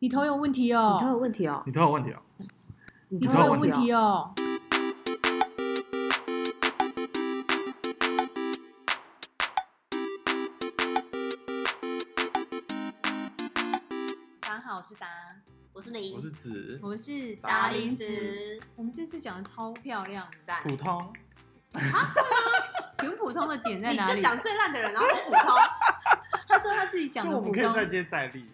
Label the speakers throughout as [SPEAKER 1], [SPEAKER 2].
[SPEAKER 1] 你头有问题哦，
[SPEAKER 2] 你头有问题哦，
[SPEAKER 3] 你头有问题啊？
[SPEAKER 2] 你
[SPEAKER 1] 你
[SPEAKER 3] 头
[SPEAKER 1] 头有
[SPEAKER 3] 有
[SPEAKER 1] 问
[SPEAKER 3] 问
[SPEAKER 1] 题
[SPEAKER 2] 哦。
[SPEAKER 1] 哦。大家好，我是达，
[SPEAKER 4] 我是林
[SPEAKER 3] 我，是指
[SPEAKER 1] 我是
[SPEAKER 3] 达
[SPEAKER 4] 林
[SPEAKER 3] 林
[SPEAKER 4] 子，
[SPEAKER 1] 我们这次讲的超漂亮，
[SPEAKER 4] 赞。
[SPEAKER 3] 普通，
[SPEAKER 1] 请问普通的点在
[SPEAKER 4] 你
[SPEAKER 1] 哪
[SPEAKER 4] 就
[SPEAKER 1] 里？
[SPEAKER 4] 讲最烂的人，然后说普通，
[SPEAKER 1] 他说他自己讲
[SPEAKER 3] 就
[SPEAKER 1] 的
[SPEAKER 3] 我
[SPEAKER 1] 普
[SPEAKER 3] 们可以再
[SPEAKER 1] 通，
[SPEAKER 3] 接再厉。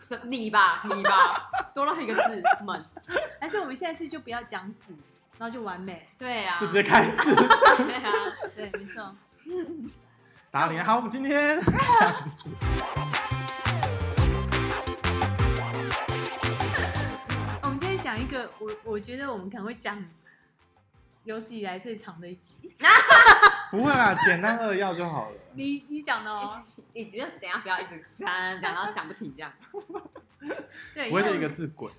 [SPEAKER 4] 是你吧，你吧， 多了一个字们。
[SPEAKER 1] 但是我们下一次就不要讲子，然后就完美。
[SPEAKER 4] 对啊，
[SPEAKER 3] 就直接开始
[SPEAKER 4] 对啊。
[SPEAKER 1] 对，没错。
[SPEAKER 3] 打脸。好，我们今天这样子。
[SPEAKER 1] 哦我们今天讲一个，我我觉得我们可能会讲有史以来最长的一集。
[SPEAKER 3] 不会啦，简单扼要就好了。
[SPEAKER 1] 你你讲的哦，
[SPEAKER 4] 你觉得等一下不要一直讲讲，然后讲不停这样。
[SPEAKER 1] 对，
[SPEAKER 3] 不会
[SPEAKER 1] 因为
[SPEAKER 3] 是一个字滚，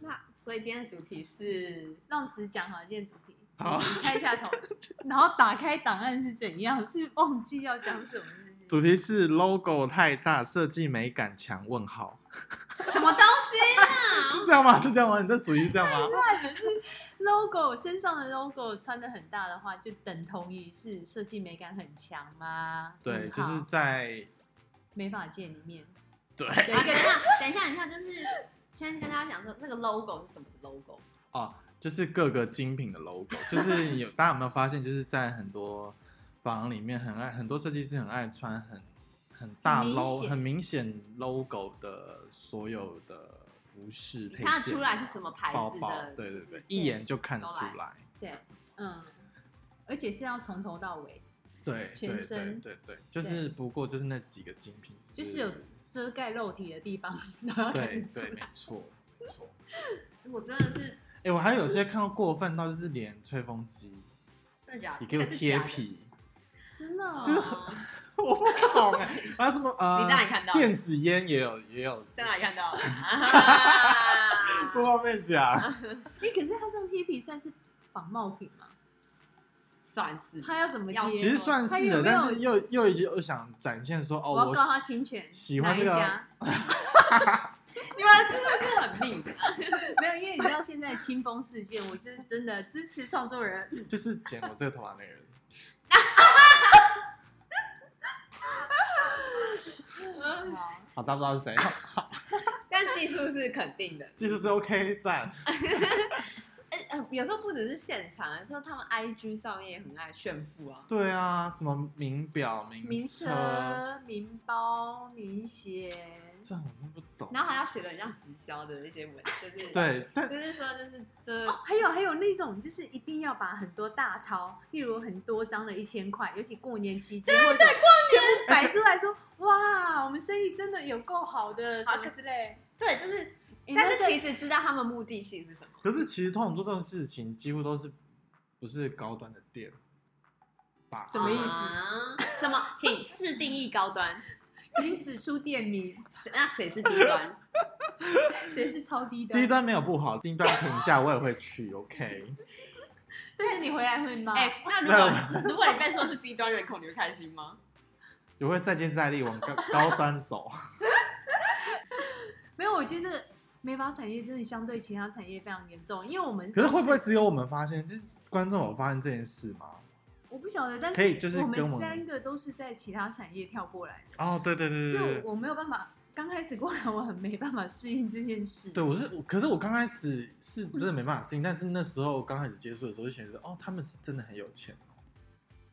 [SPEAKER 4] 那所以今天的主题是
[SPEAKER 1] 让子讲好今天主题，
[SPEAKER 3] 好
[SPEAKER 1] 你开一下头，然后打开档案是怎样？是忘记要讲什么？是不是
[SPEAKER 3] 主题是 logo 太大，设计美感强？问号
[SPEAKER 4] 什么东西？啊
[SPEAKER 3] 是这样吗？是这样吗？你的主题是这样吗？
[SPEAKER 1] logo 身上的 logo 穿的很大的话，就等同于是设计美感很强吗？
[SPEAKER 3] 对，
[SPEAKER 1] 问
[SPEAKER 3] 就
[SPEAKER 1] 号
[SPEAKER 3] 是在
[SPEAKER 1] 美发界里面
[SPEAKER 3] 对
[SPEAKER 1] 有
[SPEAKER 4] 啊
[SPEAKER 1] 一
[SPEAKER 4] 等一
[SPEAKER 1] 个
[SPEAKER 4] 下，等一下，等一下，就是先跟大家讲说这个 logo 是什么 logo。
[SPEAKER 3] 哦，就是各个精品的 logo，就 是有大家有没有发现，就是在很多房里面很爱很多设计师很爱穿很很大
[SPEAKER 4] 很明
[SPEAKER 3] logo
[SPEAKER 4] 显
[SPEAKER 3] 很明显 logo 的所有的服饰配件，
[SPEAKER 4] 看得出来是什么牌
[SPEAKER 3] 包
[SPEAKER 4] 子
[SPEAKER 3] 包
[SPEAKER 4] 的，，
[SPEAKER 3] 对对
[SPEAKER 4] 就是
[SPEAKER 3] 对，一眼就看得出来，
[SPEAKER 1] 对，嗯，而且是要从头到尾，
[SPEAKER 3] 对
[SPEAKER 1] 全
[SPEAKER 3] 对
[SPEAKER 1] 身
[SPEAKER 3] 对对对，就是不过就是那几个精品，
[SPEAKER 1] 就是有遮盖肉体的地方都要看
[SPEAKER 3] 对
[SPEAKER 1] 得出
[SPEAKER 3] 对，没
[SPEAKER 1] 来。
[SPEAKER 3] 错没错。
[SPEAKER 4] 我真的是
[SPEAKER 3] 哎、我还有些看到过分到就是连吹风机
[SPEAKER 4] 真的假的？
[SPEAKER 3] 也给我
[SPEAKER 4] 还是
[SPEAKER 3] 贴
[SPEAKER 4] 假的，
[SPEAKER 3] 皮，
[SPEAKER 1] 真的哦、
[SPEAKER 3] 就是
[SPEAKER 4] 哦
[SPEAKER 3] 我不懂哎、还有什么呃，
[SPEAKER 4] 你在哪里看到的
[SPEAKER 3] 电子烟也有也有，
[SPEAKER 4] 在哪里看 到？啊
[SPEAKER 3] 不方便讲。
[SPEAKER 1] 哎、可是他这样贴皮算是仿冒品吗？
[SPEAKER 4] 算是
[SPEAKER 1] 他要怎么
[SPEAKER 4] 要
[SPEAKER 1] 贴？
[SPEAKER 3] 其实算
[SPEAKER 1] 他
[SPEAKER 3] 是
[SPEAKER 1] 有
[SPEAKER 3] 的，
[SPEAKER 1] 没有
[SPEAKER 3] 但是又又又想展现说哦，
[SPEAKER 1] 我要
[SPEAKER 3] 我
[SPEAKER 1] 告他侵权，
[SPEAKER 3] 喜欢这个啊
[SPEAKER 1] 哪一家？
[SPEAKER 4] 你们真的是很腻。
[SPEAKER 1] 没有，因为你知道现在清风事件，我就是真的支持创作 人。
[SPEAKER 3] 就是剪我这个头发那个人。
[SPEAKER 1] 好，
[SPEAKER 3] 好，大家不知道是谁，好
[SPEAKER 4] 但技术是肯定的。
[SPEAKER 3] 技术是 OK 赞。
[SPEAKER 4] 哎、呃，有时候不只是现场，有时候他们 IG 上面也很爱炫富啊。
[SPEAKER 3] 对啊，什么名表、
[SPEAKER 1] 名
[SPEAKER 3] 名车，
[SPEAKER 1] 车、名包、名鞋，
[SPEAKER 3] 这我都不懂。
[SPEAKER 4] 然后还要写的很像直销的一 些文，就是，
[SPEAKER 3] 对，但
[SPEAKER 4] 就是说就是就是
[SPEAKER 1] 哦，还有还有那种就是一定要把很多大钞，例如很多张的一千块，尤其过年期
[SPEAKER 4] 啊
[SPEAKER 1] 间或者全部摆出来说，哇，我们生意真的有够好的，
[SPEAKER 4] 好
[SPEAKER 1] 什么之类。
[SPEAKER 4] 对，就是，
[SPEAKER 1] 诶
[SPEAKER 4] 但
[SPEAKER 1] 那
[SPEAKER 4] 是
[SPEAKER 1] 这
[SPEAKER 4] 其实知道他们目的性是什么。
[SPEAKER 3] 可是其实通常做这种事情，几乎都是不是高端的店吧？
[SPEAKER 1] 什么意思
[SPEAKER 4] 啊？什么？请试定义高端，
[SPEAKER 1] 已经指出店名，
[SPEAKER 4] 谁那谁是低 端？
[SPEAKER 1] 谁是超低的？
[SPEAKER 3] 低端没有不好，低端评价我也会去，OK。
[SPEAKER 1] 但是你回来会骂。
[SPEAKER 4] 哎、那如果如果你被说是低端人口，你会开心吗？
[SPEAKER 3] 也会再接再厉往高高端走。
[SPEAKER 1] 没有，我觉得这个美发产业真的相对其他产业非常严重，因为我们
[SPEAKER 3] 可是会不会
[SPEAKER 1] 都
[SPEAKER 3] 只有我们发现？就是观众有发现这件事吗？
[SPEAKER 1] 我不晓得，但是
[SPEAKER 3] 可以就是
[SPEAKER 1] 我
[SPEAKER 3] 跟我
[SPEAKER 1] 们
[SPEAKER 3] 们
[SPEAKER 1] 三个都是在其他产业跳过来的，
[SPEAKER 3] 哦，对对对
[SPEAKER 1] 所
[SPEAKER 3] 对
[SPEAKER 1] 以
[SPEAKER 3] 对，
[SPEAKER 1] 我没有办法。刚开始过来，我很没办法适应这件事。
[SPEAKER 3] 对，我是，我可是我刚开始是真的没办法适应，但是那时候刚开始接触的时候就觉得，哦，他们是真的很有钱，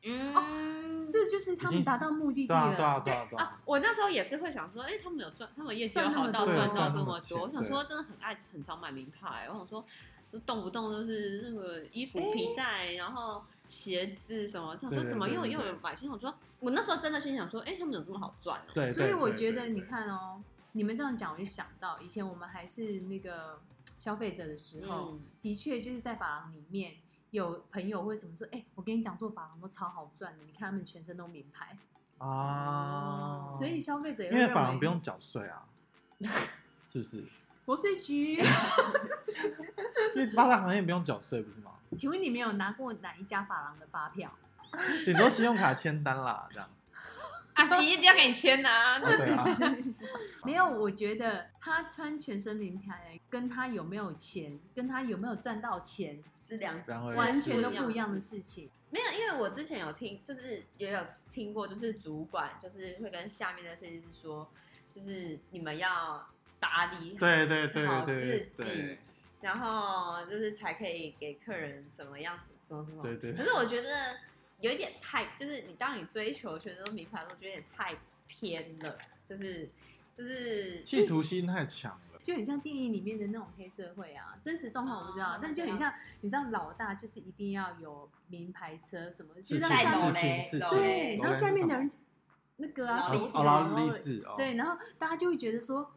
[SPEAKER 4] 嗯，
[SPEAKER 1] 这就是他
[SPEAKER 3] 已经
[SPEAKER 1] 们
[SPEAKER 3] 是
[SPEAKER 1] 达到目的地
[SPEAKER 3] 对啊对
[SPEAKER 1] 了。
[SPEAKER 3] 啊对啊对啊，
[SPEAKER 4] 我那时候也是会想说，哎、他们有赚，他们业绩有
[SPEAKER 1] 赚那
[SPEAKER 4] 好
[SPEAKER 1] 么
[SPEAKER 4] 到
[SPEAKER 1] 多
[SPEAKER 4] 赚到
[SPEAKER 3] 赚
[SPEAKER 4] 这
[SPEAKER 3] 那
[SPEAKER 4] 么
[SPEAKER 3] 么
[SPEAKER 4] 多，我
[SPEAKER 3] 钱
[SPEAKER 4] 想
[SPEAKER 3] 对
[SPEAKER 4] 说真的很爱很常买名牌，我想说就动不动就是那个衣服
[SPEAKER 1] 哎
[SPEAKER 4] 皮带，然后鞋子什么，想
[SPEAKER 3] 对
[SPEAKER 4] 说
[SPEAKER 3] 对
[SPEAKER 4] 怎么
[SPEAKER 3] 对
[SPEAKER 4] 又
[SPEAKER 3] 对
[SPEAKER 4] 又
[SPEAKER 3] 对
[SPEAKER 4] 有买新，我说我那时候真的心想说，哎、他们怎么这么好赚哦呢、
[SPEAKER 3] 对。
[SPEAKER 1] 所以
[SPEAKER 3] 对
[SPEAKER 1] 我
[SPEAKER 3] 对
[SPEAKER 1] 觉
[SPEAKER 3] 对
[SPEAKER 1] 得，
[SPEAKER 3] 对
[SPEAKER 1] 你
[SPEAKER 3] 对
[SPEAKER 1] 看哦，你们这样讲，我就想到以前我们还是那个消费者的时候，
[SPEAKER 4] 嗯，
[SPEAKER 1] 的确就是在发廊里面有朋友会什么说，哎、我跟你讲，做发廊都超好赚的，你看他们全身都名牌，
[SPEAKER 3] 啊，
[SPEAKER 1] 所以消费者也
[SPEAKER 3] 因
[SPEAKER 1] 会
[SPEAKER 3] 为
[SPEAKER 1] 认
[SPEAKER 3] 法郎
[SPEAKER 1] 为
[SPEAKER 3] 不用缴税啊， 是不是？
[SPEAKER 1] 国税局。
[SPEAKER 3] 因为八大行业不用缴税不是吗？
[SPEAKER 1] 请问你们有拿过哪一家发廊的发票？
[SPEAKER 3] 顶多信用卡签单啦，这样。
[SPEAKER 1] 啊
[SPEAKER 4] 阿姨一定要给你签啊，就
[SPEAKER 3] 对啊
[SPEAKER 4] 是
[SPEAKER 1] 没有，我觉得他穿全身名牌，跟他有没有钱，跟他有没有赚到钱，
[SPEAKER 4] 是两
[SPEAKER 3] 然后
[SPEAKER 1] 完全都
[SPEAKER 4] 不一样
[SPEAKER 1] 不一样的事情。
[SPEAKER 4] 没有，因为我之前有听，就是也有听过，就是主管就是会跟下面的设计师说，就是你们要打理好
[SPEAKER 3] 对对对
[SPEAKER 4] 好
[SPEAKER 3] 对
[SPEAKER 4] 自己
[SPEAKER 3] 对
[SPEAKER 4] 然后就是才可以给客人什么样子，什么什么。
[SPEAKER 3] 对对
[SPEAKER 4] 可是我觉得有一点太，就是你当你追求全身都名牌的时候，我觉得有点太偏了，就是就是
[SPEAKER 3] 企图心太强了。
[SPEAKER 1] 就很像电影里面的那种黑社会啊，真实状况我不知道，
[SPEAKER 4] 哦
[SPEAKER 1] 但就很像，你知道老大就是一定要有名牌车什么，就
[SPEAKER 3] 自
[SPEAKER 1] 让
[SPEAKER 3] 信
[SPEAKER 1] 下
[SPEAKER 4] 楼
[SPEAKER 1] 面
[SPEAKER 3] 自
[SPEAKER 4] 嘞
[SPEAKER 3] 信自
[SPEAKER 4] 楼
[SPEAKER 3] 信
[SPEAKER 1] 对，
[SPEAKER 3] 楼
[SPEAKER 1] 然后
[SPEAKER 3] 嘞
[SPEAKER 1] 下
[SPEAKER 3] 是
[SPEAKER 1] 面
[SPEAKER 3] 什
[SPEAKER 1] 的
[SPEAKER 3] 么
[SPEAKER 1] 人那个啊，
[SPEAKER 4] 劳
[SPEAKER 1] 谁
[SPEAKER 4] 力
[SPEAKER 1] 死
[SPEAKER 4] 士
[SPEAKER 3] 哦，
[SPEAKER 1] 然
[SPEAKER 3] 劳
[SPEAKER 1] 后
[SPEAKER 3] 力士哦，
[SPEAKER 1] 对，然后大家就会觉得说，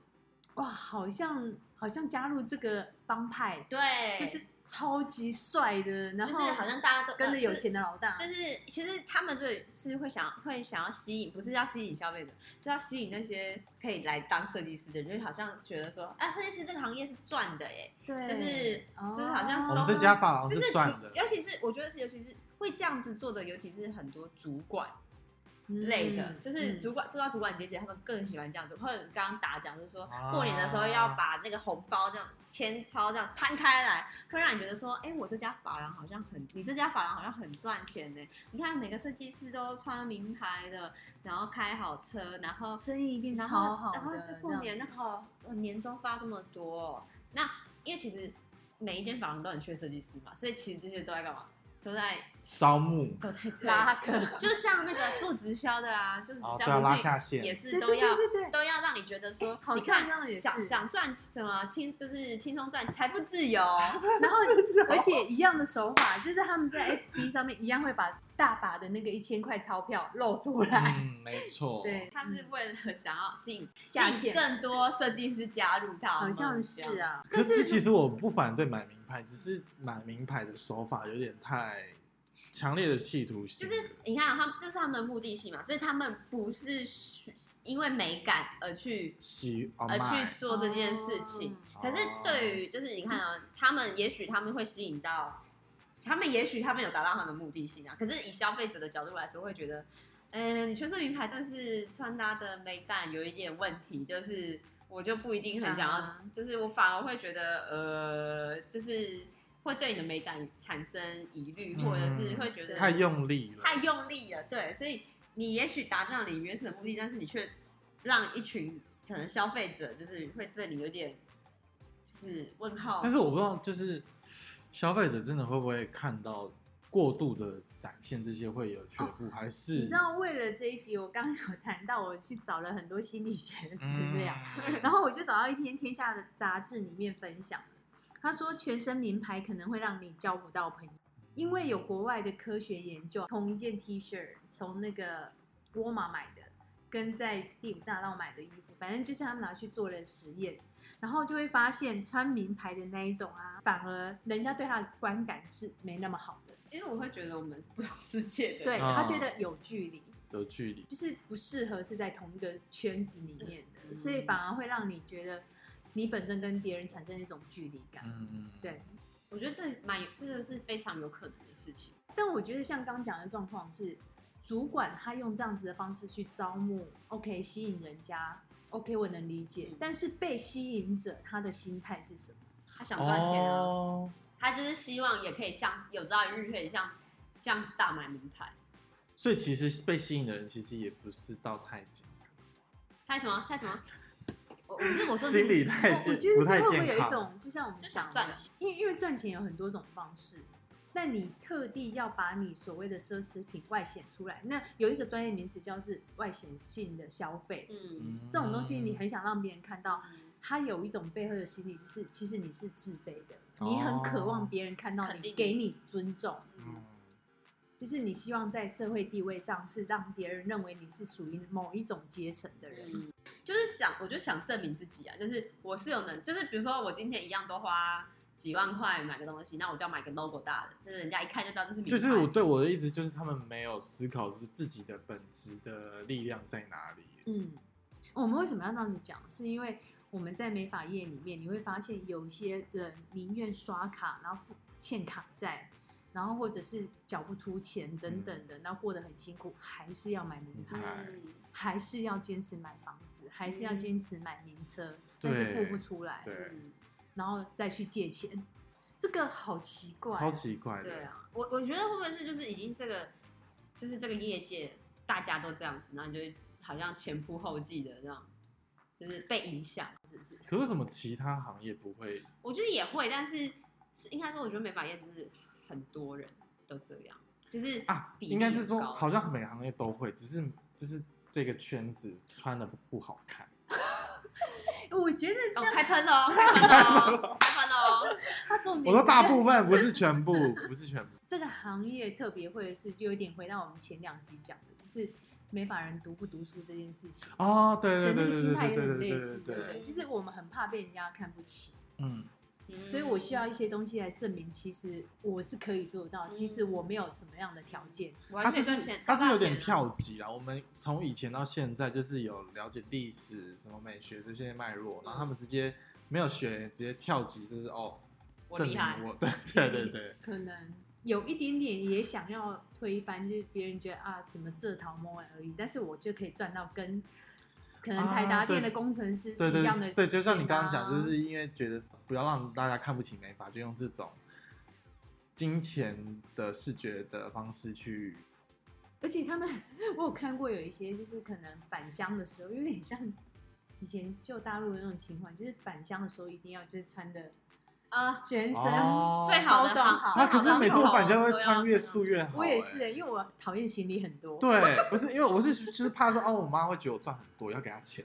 [SPEAKER 1] 哇，好像好像加入这个帮派
[SPEAKER 4] 对，
[SPEAKER 1] 就是超级帅的，然
[SPEAKER 4] 就是
[SPEAKER 1] 后
[SPEAKER 4] 好像大家都
[SPEAKER 1] 跟着有
[SPEAKER 4] 钱。
[SPEAKER 1] 钱的老大，
[SPEAKER 4] 就是其实他们这里是会想会想要吸引，不是要吸引消费者，是要吸引那些可以来当设计师的人，就是好像觉得说，啊，设计师这个行业是赚的耶，
[SPEAKER 1] 对，
[SPEAKER 4] 就是
[SPEAKER 1] 哦
[SPEAKER 4] 就是好像
[SPEAKER 3] 我们这家发廊
[SPEAKER 4] 就是主
[SPEAKER 3] 哦赚的，
[SPEAKER 4] 尤其是我觉得是尤其是会这样子做的，尤其是很多主管类的，
[SPEAKER 1] 嗯
[SPEAKER 4] 就是
[SPEAKER 1] 嗯
[SPEAKER 4] 主管做到主管阶级，他们更喜欢这样做。或者刚刚打讲就是说
[SPEAKER 3] 啊，
[SPEAKER 4] 过年的时候要把那个红包这样签钞这样摊开来，会让你觉得说，哎，我这家发廊好像很，你这家发廊好像很赚钱呢。你看每个设计师都穿名牌的，然后开好车，然后
[SPEAKER 1] 嗯生意一定
[SPEAKER 4] 然
[SPEAKER 1] 超好
[SPEAKER 4] 后
[SPEAKER 1] 的，
[SPEAKER 4] 然后是过年那个哦年终发这么多哦、那因为其实每一间房都很缺设计师嘛，所以其实这些都在干嘛？都在
[SPEAKER 3] 招募
[SPEAKER 4] 都在
[SPEAKER 1] 这样 拉客，
[SPEAKER 4] 就像那个做直销的啊，就是
[SPEAKER 3] 哦
[SPEAKER 4] 直
[SPEAKER 3] 对啊
[SPEAKER 4] 销
[SPEAKER 3] 拉
[SPEAKER 4] 不
[SPEAKER 3] 下
[SPEAKER 4] 是
[SPEAKER 3] 线
[SPEAKER 4] 也
[SPEAKER 1] 对
[SPEAKER 4] 是都
[SPEAKER 1] 对对
[SPEAKER 4] 要
[SPEAKER 1] 对对。
[SPEAKER 4] 都要让你觉得说
[SPEAKER 1] 哎，好
[SPEAKER 4] 你
[SPEAKER 1] 像
[SPEAKER 4] 看
[SPEAKER 1] 这样也
[SPEAKER 4] 想
[SPEAKER 1] 是
[SPEAKER 4] 想赚什么轻，就是轻松赚财富自由，
[SPEAKER 1] 然后，
[SPEAKER 3] 哦
[SPEAKER 1] 而且一样的手法，就是他们在 FB 上面一样会把大把的那个一千块钞票露出来。
[SPEAKER 3] 嗯， 没错，
[SPEAKER 1] 对，嗯
[SPEAKER 4] 他是为了想要吸引
[SPEAKER 1] 下
[SPEAKER 4] 吸引
[SPEAKER 1] 线
[SPEAKER 4] 更多设计师加入他
[SPEAKER 1] 好
[SPEAKER 4] 们，
[SPEAKER 1] 像是
[SPEAKER 4] 嗯这样。
[SPEAKER 1] 啊，
[SPEAKER 3] 可是其实我不反对买名牌，只是买名牌的手法有点太强烈的企图
[SPEAKER 4] 就
[SPEAKER 3] 心了，
[SPEAKER 4] 是你看啊、他们这是他们的目的性嘛，所以他们不是需因为美感而去
[SPEAKER 3] 喜啊
[SPEAKER 4] 而
[SPEAKER 3] 买
[SPEAKER 4] 呃去做这件事情。
[SPEAKER 1] 哦
[SPEAKER 4] 可是对于就是你看啊、他们也许他们会吸引到，他们也许他们有达到他们的目的性啊。可是以消费者的角度来说，会觉得，嗯、你全身名牌，但是穿搭的美感有一点问题，就是我就不一定很想要，
[SPEAKER 1] 啊
[SPEAKER 4] 就是我反而会觉得，呃，就是会对你的美感产生疑虑，或者是会觉得
[SPEAKER 3] 嗯太用力了，
[SPEAKER 4] 太用力了，对，所以你也许达到你原始的目的，但是你却让一群可能消费者就是会对你有点就是问号。
[SPEAKER 3] 但是我不知道，就是消费者真的会不会看到过度的展现这些会
[SPEAKER 4] 哦
[SPEAKER 3] 有却步，还是
[SPEAKER 1] 你知道，为了这一集，我刚刚有谈到，我去找了很多心理学的资料，
[SPEAKER 3] 嗯
[SPEAKER 1] 然后我就找到一篇《天下》的杂志里面分享，他说全身名牌可能会让你交不到朋友，因为有国外的科学研究，同一件 T 恤从那个沃尔玛买的，跟在第五大道买的衣服，反正就是他们拿去做了实验，然后就会发现穿名牌的那一种啊，反而人家对他的观感是没那么好的，
[SPEAKER 4] 因为我会觉得我们是不同世界的，
[SPEAKER 1] 对
[SPEAKER 3] 哦
[SPEAKER 1] 他觉得有距离。
[SPEAKER 3] 有距离，
[SPEAKER 1] 就是不适合是在同一个圈子里面的，
[SPEAKER 4] 嗯
[SPEAKER 1] 所以反而会让你觉得你本身跟别人产生一种距离感。
[SPEAKER 3] 嗯，
[SPEAKER 1] 对，
[SPEAKER 4] 我觉得这蛮有这个是非常有可能的事情。
[SPEAKER 1] 但我觉得像刚讲的状况是，主管他用这样子的方式去招募，OK，吸引人家，OK，我能理解
[SPEAKER 4] 嗯。
[SPEAKER 1] 但是被吸引者他的心态是什么？
[SPEAKER 4] 他想赚钱啊，
[SPEAKER 3] 哦，
[SPEAKER 4] 他就是希望也可以像有朝一日可以像这样子大买名牌。
[SPEAKER 3] 所以其实被吸引的人其实也不是到太紧，
[SPEAKER 4] 他什么？他什么？我我是我说
[SPEAKER 3] 心理
[SPEAKER 1] 我
[SPEAKER 3] 太
[SPEAKER 1] 我
[SPEAKER 3] 健
[SPEAKER 1] 觉得
[SPEAKER 3] 不
[SPEAKER 1] 这
[SPEAKER 3] 太
[SPEAKER 1] 会不会有
[SPEAKER 3] 健
[SPEAKER 1] 一
[SPEAKER 3] 康，
[SPEAKER 1] 种，就像我们
[SPEAKER 4] 就想
[SPEAKER 1] 讲
[SPEAKER 4] 赚
[SPEAKER 1] 的，
[SPEAKER 4] 钱
[SPEAKER 1] 因为因为赚钱有很多种方式，那你特地要把你所谓的奢侈品外显出来，那有一个专业名词叫是外显性的消费，
[SPEAKER 4] 嗯，
[SPEAKER 3] 嗯
[SPEAKER 1] 这种东西你很想让别人看到，
[SPEAKER 4] 嗯
[SPEAKER 1] 它有一种背后的心理，就是其实你是自卑的，
[SPEAKER 3] 哦
[SPEAKER 1] 你很渴望别人看到
[SPEAKER 4] 肯
[SPEAKER 1] 你，
[SPEAKER 4] 定你
[SPEAKER 1] 给你尊重，
[SPEAKER 4] 嗯
[SPEAKER 1] 就是你希望在社会地位上是让别人认为你是属于某一种阶层的人。
[SPEAKER 4] 嗯，就是想，我就想证明自己啊，就是我是有能，就是比如说我今天一样都花几万块买个东西，那我就要买个 logo 大的，就是人家一看就知道这是名牌。
[SPEAKER 3] 就是我对我的意思就是他们没有思考出自己的本质的力量在哪里，
[SPEAKER 1] 嗯，我们为什么要这样子讲？是因为我们在美发业里面，你会发现有一些人宁愿刷卡，然后付欠卡债，然后或者是缴不出钱等等的，然后过得很辛苦，还是要买名牌，
[SPEAKER 3] 嗯
[SPEAKER 4] 嗯，
[SPEAKER 1] 还是要坚持买房子，还是要
[SPEAKER 4] 嗯
[SPEAKER 1] 坚持买名车，
[SPEAKER 3] 对
[SPEAKER 1] 但是付不出来，
[SPEAKER 3] 对
[SPEAKER 4] 嗯
[SPEAKER 1] 然后再去借钱，这个好奇怪，
[SPEAKER 3] 超奇怪
[SPEAKER 4] 对
[SPEAKER 3] 的。
[SPEAKER 4] 啊，我我觉得会不会是就是已经这个，就是这个业界大家都这样子，然后你就会好像前仆后继的这样，就是被影响，是不是？
[SPEAKER 3] 可是为什么其他行业不会？
[SPEAKER 4] 我觉得也会，但是是应该说，我觉得美发业就是很多人都这样，就是
[SPEAKER 3] 啊，
[SPEAKER 4] 比例
[SPEAKER 3] 应该是说
[SPEAKER 4] 高
[SPEAKER 3] 好像每个行业都会，只是就是这个圈子穿的不好看。
[SPEAKER 1] 我觉得
[SPEAKER 4] 哦
[SPEAKER 1] 这样
[SPEAKER 4] 开 喷喽，开喷 喽，开喷喽，
[SPEAKER 1] 它重
[SPEAKER 3] 我
[SPEAKER 1] 点
[SPEAKER 3] 说
[SPEAKER 1] 不
[SPEAKER 3] 大
[SPEAKER 1] 是
[SPEAKER 3] 部分不是全部，不是全部。
[SPEAKER 1] 这个行业特别会的是，就有点回到我们前两集讲的，就是美法人读不读书这件事情
[SPEAKER 3] 哦，对
[SPEAKER 1] 的
[SPEAKER 3] 对
[SPEAKER 1] 那
[SPEAKER 3] 对
[SPEAKER 1] 个
[SPEAKER 3] 对
[SPEAKER 1] 心
[SPEAKER 3] 对
[SPEAKER 1] 态
[SPEAKER 3] 对
[SPEAKER 1] 有点
[SPEAKER 3] 对对
[SPEAKER 1] 类
[SPEAKER 3] 对
[SPEAKER 1] 似，对不
[SPEAKER 3] 对，
[SPEAKER 1] 对？就是我们很怕被人家看不起，
[SPEAKER 3] 嗯，
[SPEAKER 4] 嗯
[SPEAKER 1] 所以我需要一些东西来证明，其实我是可以做到，
[SPEAKER 4] 嗯
[SPEAKER 1] 即使我没有什么样的条件。
[SPEAKER 4] 我
[SPEAKER 3] 它
[SPEAKER 4] 还是
[SPEAKER 3] 是不
[SPEAKER 4] 赚
[SPEAKER 3] 是
[SPEAKER 4] 钱，
[SPEAKER 3] 它是有
[SPEAKER 4] 赚
[SPEAKER 3] 点
[SPEAKER 4] 钱啊，
[SPEAKER 3] 跳级啦。我们从以前到现在，就是有了解历史、什么美学这些脉络，然后他们直接没有学，直接跳级，就是哦，
[SPEAKER 4] 我
[SPEAKER 3] 证
[SPEAKER 4] 厉
[SPEAKER 3] 明
[SPEAKER 4] 害，
[SPEAKER 3] 我，对对 对对，
[SPEAKER 1] 可能有一点点也想要推翻，就是别人觉得啊，什么这桃摸而已，但是我就可以赚到跟可能台
[SPEAKER 3] 啊
[SPEAKER 1] 达
[SPEAKER 3] 对
[SPEAKER 1] 电的工程师
[SPEAKER 3] 对
[SPEAKER 1] 是一
[SPEAKER 3] 对
[SPEAKER 1] 样的、啊
[SPEAKER 3] 对，就像你刚刚讲，就。是因为觉得不要让大家看不起美发，就用这种金钱的视觉的方式去，
[SPEAKER 1] 而且他们，我有看过有一些就是可能返乡的时候，有点像以前旧大陆的那种情况，就是返乡的时候一定要就是穿的
[SPEAKER 4] 啊，
[SPEAKER 1] 全身。
[SPEAKER 3] 哦
[SPEAKER 4] 最好的
[SPEAKER 1] 包装好
[SPEAKER 3] 啊，可是每次我反正会穿越
[SPEAKER 4] 素
[SPEAKER 3] 素越好、
[SPEAKER 1] 我也是、
[SPEAKER 3] 欸
[SPEAKER 1] 因为我讨厌行李很多。
[SPEAKER 3] 对，不是因为我是就是怕说哦，我妈会觉得我赚很多，要给她 钱。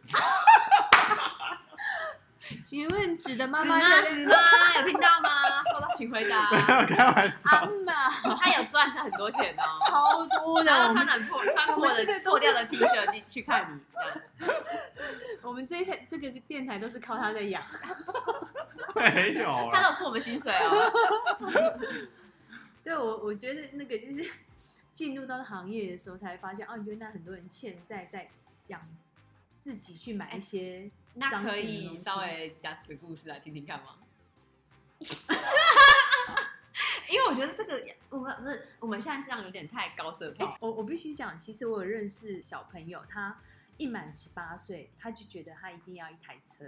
[SPEAKER 1] 请问纸的妈
[SPEAKER 4] 子
[SPEAKER 1] 妈
[SPEAKER 4] 妈，
[SPEAKER 1] 在
[SPEAKER 4] 子妈有听到吗？收到，请回
[SPEAKER 3] 没
[SPEAKER 4] 答。
[SPEAKER 3] 有开玩 笑，
[SPEAKER 1] 安嘛，
[SPEAKER 4] 他有赚很多钱哦，
[SPEAKER 1] 超多的。
[SPEAKER 4] 然
[SPEAKER 1] 我
[SPEAKER 4] 后穿
[SPEAKER 1] 们
[SPEAKER 4] 很破，穿破
[SPEAKER 1] 啊我们这
[SPEAKER 4] 的
[SPEAKER 1] 个都是
[SPEAKER 4] 破掉的 T 恤进去看你，这样
[SPEAKER 1] 我们这一台这个电台都是靠他在养。
[SPEAKER 3] 没有
[SPEAKER 4] 他
[SPEAKER 3] 啦。
[SPEAKER 4] 都有付我们薪水哦。
[SPEAKER 1] 对我，我觉得那个就是 进入到行业的时候，才发现哦，原来很多人欠债在养自己去买一
[SPEAKER 4] 哎
[SPEAKER 1] 些
[SPEAKER 4] 那
[SPEAKER 1] 脏
[SPEAKER 4] 可
[SPEAKER 1] 钱的东
[SPEAKER 4] 以
[SPEAKER 1] 西
[SPEAKER 4] 稍微讲几个故事来啊听听看 吗？因为我觉得这个我们不是我们现在这样有点太高奢
[SPEAKER 3] 哦
[SPEAKER 4] 炮，
[SPEAKER 1] 哦我我必须讲，其实我有认识小朋友，他一满十八岁，他就觉得他一定要一台车，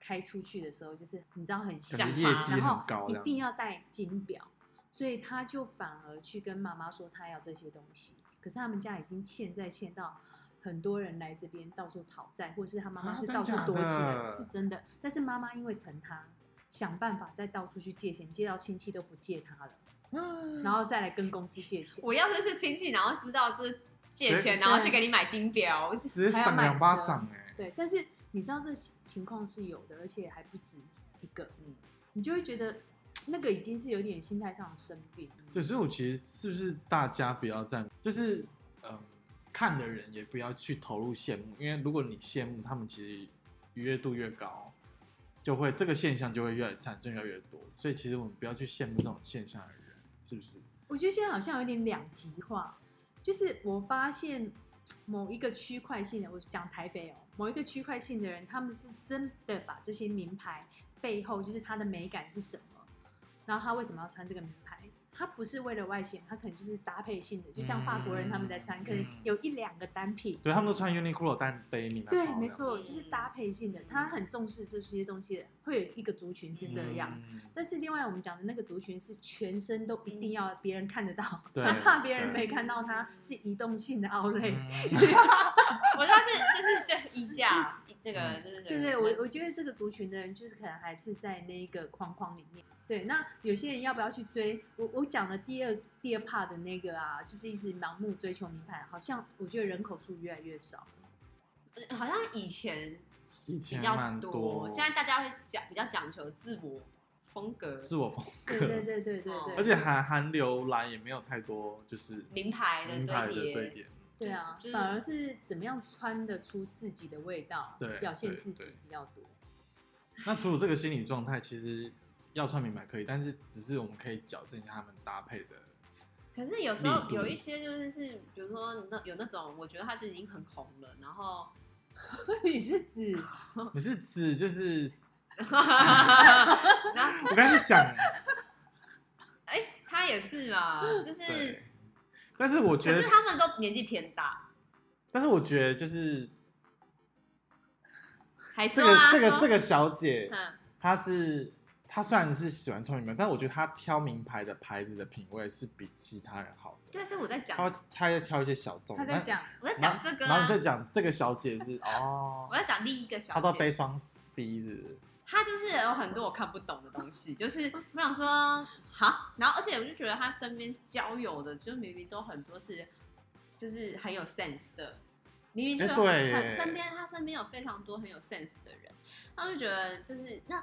[SPEAKER 1] 开出去的时候就是你知道很
[SPEAKER 3] 感
[SPEAKER 1] 像
[SPEAKER 4] 想
[SPEAKER 3] 觉业
[SPEAKER 4] 法
[SPEAKER 3] 绩
[SPEAKER 1] 然
[SPEAKER 3] 很
[SPEAKER 1] 后
[SPEAKER 3] 高，
[SPEAKER 1] 一
[SPEAKER 3] 这样
[SPEAKER 1] 定要戴金表，所以他就反而去跟妈妈说他要这些东西。可是他们家已经欠债欠到很多人来这边到处讨债，或者是他妈妈
[SPEAKER 3] 啊
[SPEAKER 1] 是
[SPEAKER 3] 真
[SPEAKER 1] 到处
[SPEAKER 3] 假
[SPEAKER 1] 躲起来，
[SPEAKER 3] 的
[SPEAKER 1] 是真的。但是妈妈因为疼他，想办法再到处去借钱，借到亲戚都不借他了，嗯然后再来跟公司借钱。
[SPEAKER 4] 我要是是亲戚，然后知道这借钱，
[SPEAKER 3] 对
[SPEAKER 4] 然后去给你买金 表，我
[SPEAKER 3] 直接赏两巴掌哎、
[SPEAKER 1] 对，但是你知道这情况是有的，而且还不止一个，嗯，你就会觉得那个已经是有点心态上的生病。
[SPEAKER 3] 对，所以我其实是不是大家不要再就是嗯、看的人也不要去投入羡慕，因为如果你羡慕他们，其实愉悦度越高，就会这个现象就会越来产生越来越多。所以其实我们不要去羡慕这种现象的人，是不是？
[SPEAKER 1] 我觉得现在好像有点两极化，就是我发现某一个区块性的，我讲台北哦，某一个区块性的人，他们是真的把这些名牌背后就是它的美感是什么，然后他为什么要穿这个名牌？他不是为了外显，他可能就是搭配性的，就像法国人他们在穿，
[SPEAKER 3] 嗯
[SPEAKER 1] 可能有一两个单品，
[SPEAKER 3] 对他们都穿 Uniqlo，但背名牌
[SPEAKER 1] 对
[SPEAKER 3] 包，这
[SPEAKER 1] 没
[SPEAKER 3] 样
[SPEAKER 1] 错，就是搭配性的，他很重视这些东西的，会有一个族群是这样。
[SPEAKER 3] 嗯
[SPEAKER 1] 但是另外我们讲的那个族群是全身都一定要别人看得到，
[SPEAKER 3] 对
[SPEAKER 1] 他 怕别人
[SPEAKER 3] 对
[SPEAKER 1] 没看到他是移动性的 outlet。
[SPEAKER 3] 嗯
[SPEAKER 4] 我知道是就是对衣架衣那个
[SPEAKER 3] 嗯
[SPEAKER 4] 就是
[SPEAKER 1] 对对，我我觉得这个族群的人就是可能还是在那一个框框里面。对，那有些人要不要去追？我我讲的第二第二 part 的那个啊，就是一直盲目追求名牌，好像我觉得人口数越来越少。
[SPEAKER 4] 我好像以前
[SPEAKER 3] 以
[SPEAKER 4] 比
[SPEAKER 3] 前
[SPEAKER 4] 较
[SPEAKER 3] 蛮
[SPEAKER 4] 多，现在大家会讲比较讲求自我风格，
[SPEAKER 3] 自我风
[SPEAKER 1] 对对
[SPEAKER 3] 格，
[SPEAKER 1] 对对对
[SPEAKER 4] 哦
[SPEAKER 1] 对，
[SPEAKER 3] 而且韩韩流来也没有太多就是
[SPEAKER 4] 名牌
[SPEAKER 3] 名牌
[SPEAKER 4] 的
[SPEAKER 3] 的
[SPEAKER 4] 叠，
[SPEAKER 3] 对点。
[SPEAKER 1] 对啊
[SPEAKER 4] 就是，
[SPEAKER 1] 反而是怎么样穿得出自己的味道，
[SPEAKER 3] 对
[SPEAKER 1] 表现
[SPEAKER 3] 对
[SPEAKER 1] 自
[SPEAKER 3] 对
[SPEAKER 1] 己比较多。
[SPEAKER 3] 那除了这个心理状态，其实要穿名牌可以，但是只是我们可以矫正一下他们搭配的。
[SPEAKER 4] 可是有时候
[SPEAKER 3] 力度
[SPEAKER 4] 有一些就是是，比如说那有那种，我觉得他就已经很红了，然 后
[SPEAKER 1] 你是指
[SPEAKER 4] 哦
[SPEAKER 3] 你是指就是
[SPEAKER 4] 然后
[SPEAKER 3] 我刚才想，
[SPEAKER 4] 哎、 啊他也是嘛，就是
[SPEAKER 3] 对，但是我觉
[SPEAKER 4] 可
[SPEAKER 3] 得
[SPEAKER 4] 是他们都年纪偏大，
[SPEAKER 3] 但是我觉得就是
[SPEAKER 4] 还
[SPEAKER 3] 这
[SPEAKER 4] 说
[SPEAKER 3] 个
[SPEAKER 4] 啊，
[SPEAKER 3] 这个
[SPEAKER 4] 说
[SPEAKER 3] 这个小姐，
[SPEAKER 4] 嗯，
[SPEAKER 3] 她是她虽然是喜欢穿名牌，但我觉得她挑名牌的牌子的品味是比其他人好的。
[SPEAKER 4] 对，所以我在讲，
[SPEAKER 3] 她会她在挑一些小众，
[SPEAKER 1] 他在
[SPEAKER 3] 但
[SPEAKER 1] 讲
[SPEAKER 4] 我在
[SPEAKER 3] 然
[SPEAKER 4] 讲
[SPEAKER 3] 后
[SPEAKER 4] 这个
[SPEAKER 3] 然后
[SPEAKER 4] 啊
[SPEAKER 3] 你，再讲这个小姐是 哦
[SPEAKER 4] 我，在讲另一个小
[SPEAKER 3] 她都
[SPEAKER 4] 姐
[SPEAKER 3] 背，双 C 是
[SPEAKER 1] 嗯
[SPEAKER 4] 她就是有很多我看不懂的东西， 就是我想说好，然后而且我就觉得她身边交友的，就明明都很多是就是很有 sense 的，明明就
[SPEAKER 3] 哎
[SPEAKER 4] 有
[SPEAKER 3] 对耶
[SPEAKER 4] 很身边她身边有非常多很有 sense 的人，然后就觉得就是那。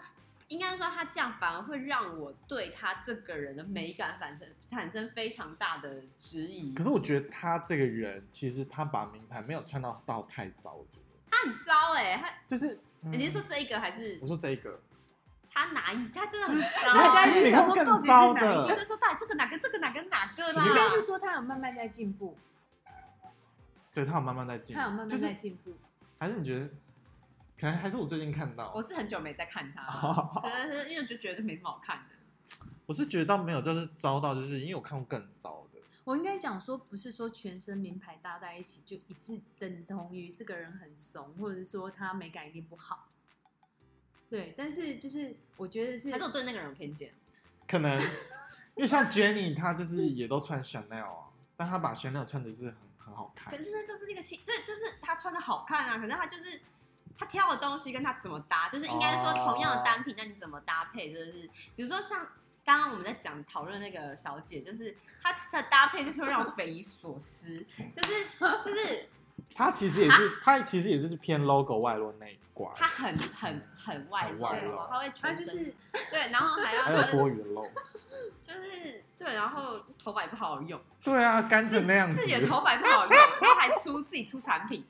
[SPEAKER 4] 应该说，她这样反而会让我对她这个人的美感产生产生非常大的质疑。
[SPEAKER 3] 可是我觉得她这个人其实她把名牌没有穿到到太早，我觉得
[SPEAKER 4] 她很糟哎、她
[SPEAKER 3] 就是、嗯
[SPEAKER 4] 你是说这一个还是
[SPEAKER 3] 我说这个，
[SPEAKER 4] 他哪一？他真的很糟，
[SPEAKER 1] 大家
[SPEAKER 3] 你
[SPEAKER 1] 就
[SPEAKER 3] 看
[SPEAKER 1] 想说
[SPEAKER 3] 更
[SPEAKER 1] 到底是
[SPEAKER 3] 糟
[SPEAKER 1] 哪一
[SPEAKER 3] 的
[SPEAKER 4] 我就说到底这个哪个这个哪个哪个啦？
[SPEAKER 1] 应该是说他有慢慢在进步，
[SPEAKER 3] 对她有慢慢在进步，
[SPEAKER 1] 他有慢慢
[SPEAKER 3] 嗯就
[SPEAKER 1] 在
[SPEAKER 3] 是
[SPEAKER 1] 进步。
[SPEAKER 3] 还是你觉得，可能还是我最近看到，
[SPEAKER 4] 我是很久没在看他
[SPEAKER 3] 哦
[SPEAKER 4] 了，真的是因为就觉得这没什么好看的。
[SPEAKER 3] 我是觉得倒没有，就是遭到，就是因为我看过更糟的，
[SPEAKER 1] 我应该讲说，不是说全身名牌搭在一起就一致等同于这个人很怂，或者是说他美感一定不好。对，但是就是我觉得是
[SPEAKER 4] 还是我对那个人有偏见？
[SPEAKER 3] 可能 因为像 Jenny 她就是也都穿 Chanel 啊，但她把 Chanel 穿的就是很很好看
[SPEAKER 4] 可，是这就是一个气，这就是他穿的好看啊，可是他就是。他挑的东西跟他怎么搭，就是应该说同样的单品，那你怎么搭配？就是比如说像刚刚我们在讲讨论那个小姐，就是她的搭配就是会让我匪夷所 思，就是就是
[SPEAKER 3] 她其实也是她其实也是偏 logo 外露那一挂，
[SPEAKER 4] 她很很很外
[SPEAKER 3] 很
[SPEAKER 4] 露
[SPEAKER 3] 外露，
[SPEAKER 4] 她会全
[SPEAKER 1] 他
[SPEAKER 4] 身
[SPEAKER 1] 就是
[SPEAKER 4] 对，然后还要
[SPEAKER 3] 还
[SPEAKER 4] 就
[SPEAKER 3] 有
[SPEAKER 4] 是
[SPEAKER 3] 多余的露，
[SPEAKER 4] 就是对，然后头发也不好好用，
[SPEAKER 3] 对啊，干成那样子
[SPEAKER 4] 自，己的头发也不好好用，然后还出自己出产 品，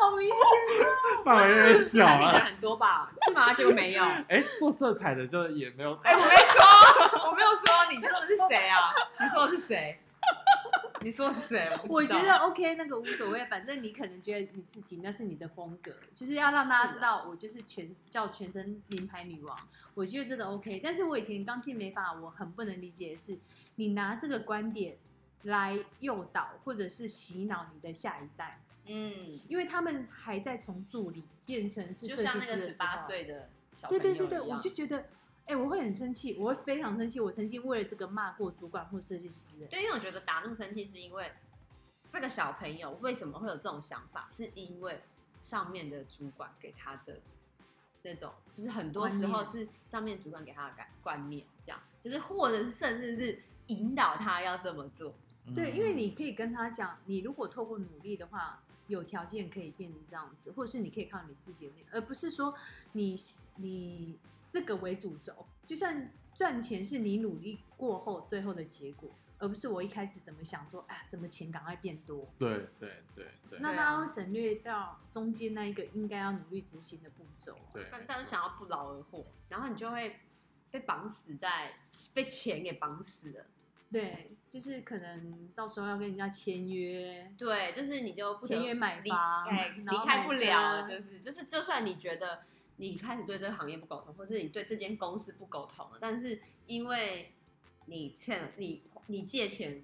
[SPEAKER 1] 好明显，
[SPEAKER 3] 范围越来越小
[SPEAKER 4] 产品的
[SPEAKER 3] 了。
[SPEAKER 4] 很多吧？是吗？结果没 有。
[SPEAKER 3] 哎，做色彩的就也没有，
[SPEAKER 4] 哎、我没说，我没有说，你说的是谁啊？你说的是谁？你说的是谁？
[SPEAKER 1] 我
[SPEAKER 4] 不知道
[SPEAKER 1] 觉得 OK，那个无所谓，反正你可能觉得你自己那是你的风格，就是要让
[SPEAKER 4] 啊
[SPEAKER 1] 大家知道我就是全叫全身名牌女王，我觉得真的 OK。但是我以前刚进美发，我很不能理解的是，你拿这个观点来诱导或者是洗脑你的下一代。
[SPEAKER 4] 嗯，
[SPEAKER 1] 因为他们还在从助理变成是
[SPEAKER 4] 就
[SPEAKER 1] 设
[SPEAKER 4] 像
[SPEAKER 1] 计
[SPEAKER 4] 那
[SPEAKER 1] 师
[SPEAKER 4] 个
[SPEAKER 1] 的
[SPEAKER 4] 十
[SPEAKER 1] 时候
[SPEAKER 4] 八岁的小朋
[SPEAKER 1] 对
[SPEAKER 4] 友
[SPEAKER 1] 对对对，
[SPEAKER 4] 一样
[SPEAKER 1] 我就觉得，哎、我会很生气，我会非常生气。我曾经为了这个骂过主管或设计师、哎，
[SPEAKER 4] 对，因为我觉得打那么生气是因为这个小朋友为什么会有这种想法，是因为上面的主管给他的那种，就是很多时候
[SPEAKER 1] 观
[SPEAKER 4] 是上面主管给他的感观念，这样就是或者是甚至是引导他要这么做。
[SPEAKER 3] 嗯
[SPEAKER 1] 对，因为你可以跟他讲，你如果透过努力的话，有条件可以变成这样子，或是你可以靠你自己的力，而不是说你你这个为主轴，就像赚钱是你努力过后最后的结果。而不是我一开始怎么想说，啊，怎么钱赶快变多？
[SPEAKER 3] 对对对对
[SPEAKER 1] 那大
[SPEAKER 4] 对
[SPEAKER 1] 家
[SPEAKER 4] 啊
[SPEAKER 1] 会省略到中间那一个应该要努力执行的步骤、啊。
[SPEAKER 3] 对，
[SPEAKER 4] 但但是想要不劳而获，然后你就会被绑死在被钱给绑死了。
[SPEAKER 1] 对，就是可能到时候要跟人家签约，
[SPEAKER 4] 对，就是你就不得
[SPEAKER 1] 签约买
[SPEAKER 4] 离
[SPEAKER 1] 房
[SPEAKER 4] 哎，
[SPEAKER 1] 然
[SPEAKER 4] 离
[SPEAKER 1] 后
[SPEAKER 4] 开
[SPEAKER 1] 买
[SPEAKER 4] 不
[SPEAKER 1] 车
[SPEAKER 4] 了，就是就是，就算你觉得你开始对这个行业不苟同，或是你对这间公司不苟同了，但是因为你欠你你借钱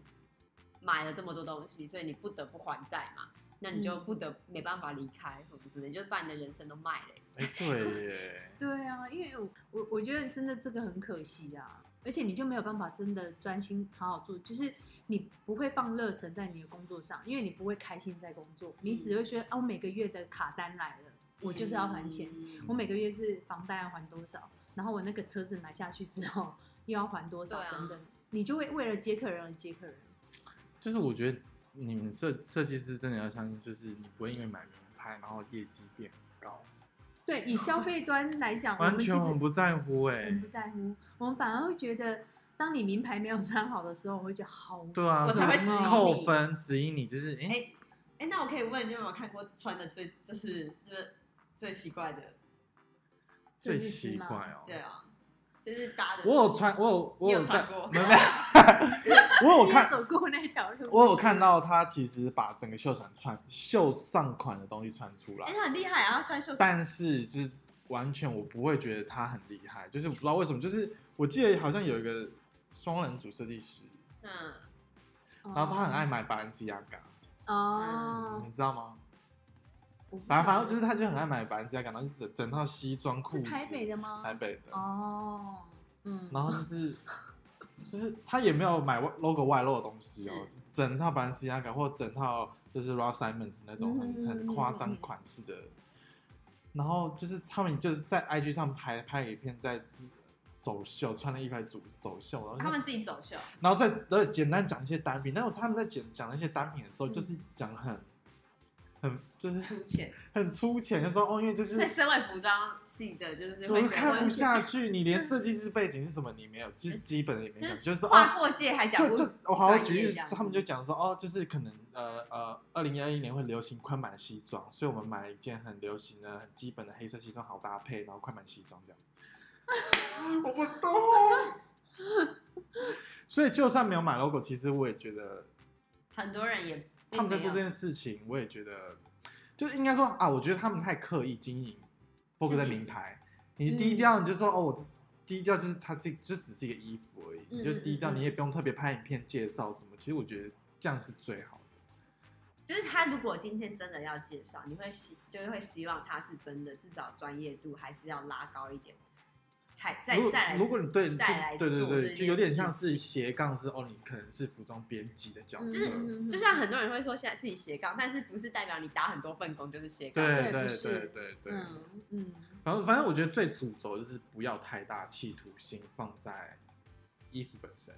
[SPEAKER 4] 买了这么多东西，所以你不得不还债嘛，那你就
[SPEAKER 1] 嗯
[SPEAKER 4] 不得、没办法离开什么之类，就是把你的人生都卖了。
[SPEAKER 3] 哎对耶，
[SPEAKER 1] 对啊，因为我我我觉得真的这个很可惜啊，而且你就没有办法真的专心好好做，就是你不会放热忱在你的工作上，因为你不会开心在工作，你只会觉得啊，我每个月的卡单来了，我就是要还钱，
[SPEAKER 4] 嗯
[SPEAKER 1] 我每个月是房贷要还多少，然后我那个车子买下去之后又要还多少
[SPEAKER 4] 对啊
[SPEAKER 1] 等等，你就会为了接客人而接客人。
[SPEAKER 3] 就是我觉得你们设设计师真的要相信，就是你不会因为买名牌然后业绩变高，
[SPEAKER 1] 对，以消费端来 讲，我
[SPEAKER 3] 完
[SPEAKER 1] 们其
[SPEAKER 3] 全
[SPEAKER 1] 实
[SPEAKER 3] 很不在乎哎、
[SPEAKER 1] 我们不在乎，我们反而会觉得，当你名牌没有穿好的时候，我会觉得好爽哦，
[SPEAKER 3] 对啊，
[SPEAKER 4] 我才会指引你
[SPEAKER 3] 扣分指引你，就是哎、
[SPEAKER 4] 哎哎、那我可以问，你有没有看过穿的最就是就是最奇怪的？
[SPEAKER 3] 最
[SPEAKER 1] 设计师
[SPEAKER 3] 奇
[SPEAKER 1] 吗
[SPEAKER 3] 怪哦、
[SPEAKER 4] 对啊，就是搭的。
[SPEAKER 3] 我有穿，我有我
[SPEAKER 4] 你有
[SPEAKER 3] 在，
[SPEAKER 4] 穿过
[SPEAKER 3] 没有没有 我有
[SPEAKER 1] 你也
[SPEAKER 3] 看，
[SPEAKER 1] 走过那条路，
[SPEAKER 3] 我有看到他其实把整个秀场穿秀上款的东西穿出
[SPEAKER 4] 哎、
[SPEAKER 3] 来，
[SPEAKER 4] 他很厉害啊，他穿秀
[SPEAKER 3] 但是就是完全我不会觉得他很厉害，就是我不知道为什么，就是我记得好像有一个双人组设计师，
[SPEAKER 4] 嗯，
[SPEAKER 3] 然后他很爱买 Balenciaga，、嗯
[SPEAKER 1] 哦，
[SPEAKER 3] 你知道吗？
[SPEAKER 1] 我不
[SPEAKER 3] 反正反
[SPEAKER 1] 晓
[SPEAKER 3] 正
[SPEAKER 1] 得
[SPEAKER 3] 就是他就很爱买 Balenciaga，然后就是整整套西装裤
[SPEAKER 1] 是
[SPEAKER 3] 子，
[SPEAKER 1] 台北的吗？
[SPEAKER 3] 台北的
[SPEAKER 1] 哦，嗯，
[SPEAKER 3] 然后就是就是他也没有买外 logo 外露的东西哦，是整套 Balenciaga 或整套就是 Ralph Simons 那种很、
[SPEAKER 1] 嗯
[SPEAKER 3] 很夸张款式的。然后就是他们就是在 IG 上拍拍影片，在自走秀，穿了一排走走秀，然后就
[SPEAKER 4] 他们自己走秀，
[SPEAKER 3] 然后再然后简单讲一些单品，但是他们在讲讲那些单品的时候，
[SPEAKER 1] 嗯
[SPEAKER 3] 就是讲很很就是
[SPEAKER 4] 出钱。
[SPEAKER 3] 很粗浅， 就说哦，因为这是
[SPEAKER 4] 所以身为服装系的，就是
[SPEAKER 3] 我
[SPEAKER 4] 会
[SPEAKER 3] 是
[SPEAKER 4] 觉
[SPEAKER 3] 看不
[SPEAKER 4] 得
[SPEAKER 3] 下去，你连设计师背景是什么你没有，基基本的也没有，就是说
[SPEAKER 4] 跨
[SPEAKER 3] 哦，
[SPEAKER 4] 过界还讲
[SPEAKER 3] 就
[SPEAKER 4] 不
[SPEAKER 3] 就我好
[SPEAKER 4] 专
[SPEAKER 3] 好
[SPEAKER 4] 业
[SPEAKER 3] 举
[SPEAKER 4] 这
[SPEAKER 3] 例，
[SPEAKER 4] 样
[SPEAKER 3] 他们就讲说哦，就是可能呃呃，二零二一年会流行宽版西装，所以我们买一件很流行的、很基本的黑色西装好搭配，然后宽版西装这样。 我不懂。所以就算没有买 logo，其实我也觉得
[SPEAKER 4] 很多人也
[SPEAKER 3] 他们
[SPEAKER 4] 并没
[SPEAKER 3] 在做
[SPEAKER 4] 有
[SPEAKER 3] 这件事情，我也觉得，就应该说啊，我觉得他们太刻意经营 focus 在
[SPEAKER 4] 自己嗯
[SPEAKER 3] 名牌。你低调，你就说、哦，我这低调就是它是就只是一个衣服而已，
[SPEAKER 1] 嗯
[SPEAKER 3] 你就低调，
[SPEAKER 1] 嗯嗯
[SPEAKER 3] 你也不用特别拍影片介绍什么。其实我觉得这样是最好的。
[SPEAKER 4] 就是他如果今天真的要介绍，你会希就是会希望他是真的，至少专业度还是要拉高一点，才再
[SPEAKER 3] 如果
[SPEAKER 4] 再来。
[SPEAKER 3] 如果你对
[SPEAKER 4] 再来
[SPEAKER 3] 就是对
[SPEAKER 4] 做
[SPEAKER 3] 对
[SPEAKER 4] 这
[SPEAKER 3] 对，
[SPEAKER 4] 件
[SPEAKER 3] 就有点
[SPEAKER 4] 事
[SPEAKER 3] 像是
[SPEAKER 4] 情
[SPEAKER 3] 斜杠是哦，你可能是服装编辑的角色，
[SPEAKER 4] 就是
[SPEAKER 1] 嗯
[SPEAKER 4] 就像很多人会说现在自己斜杠，但是不是代表你打很多份工就是斜杠？
[SPEAKER 3] 对
[SPEAKER 1] 对不
[SPEAKER 3] 对
[SPEAKER 1] 是
[SPEAKER 3] 对对对。
[SPEAKER 1] 嗯嗯，
[SPEAKER 3] 然后反正我觉得最主轴就是不要太大企图心放在衣服本身。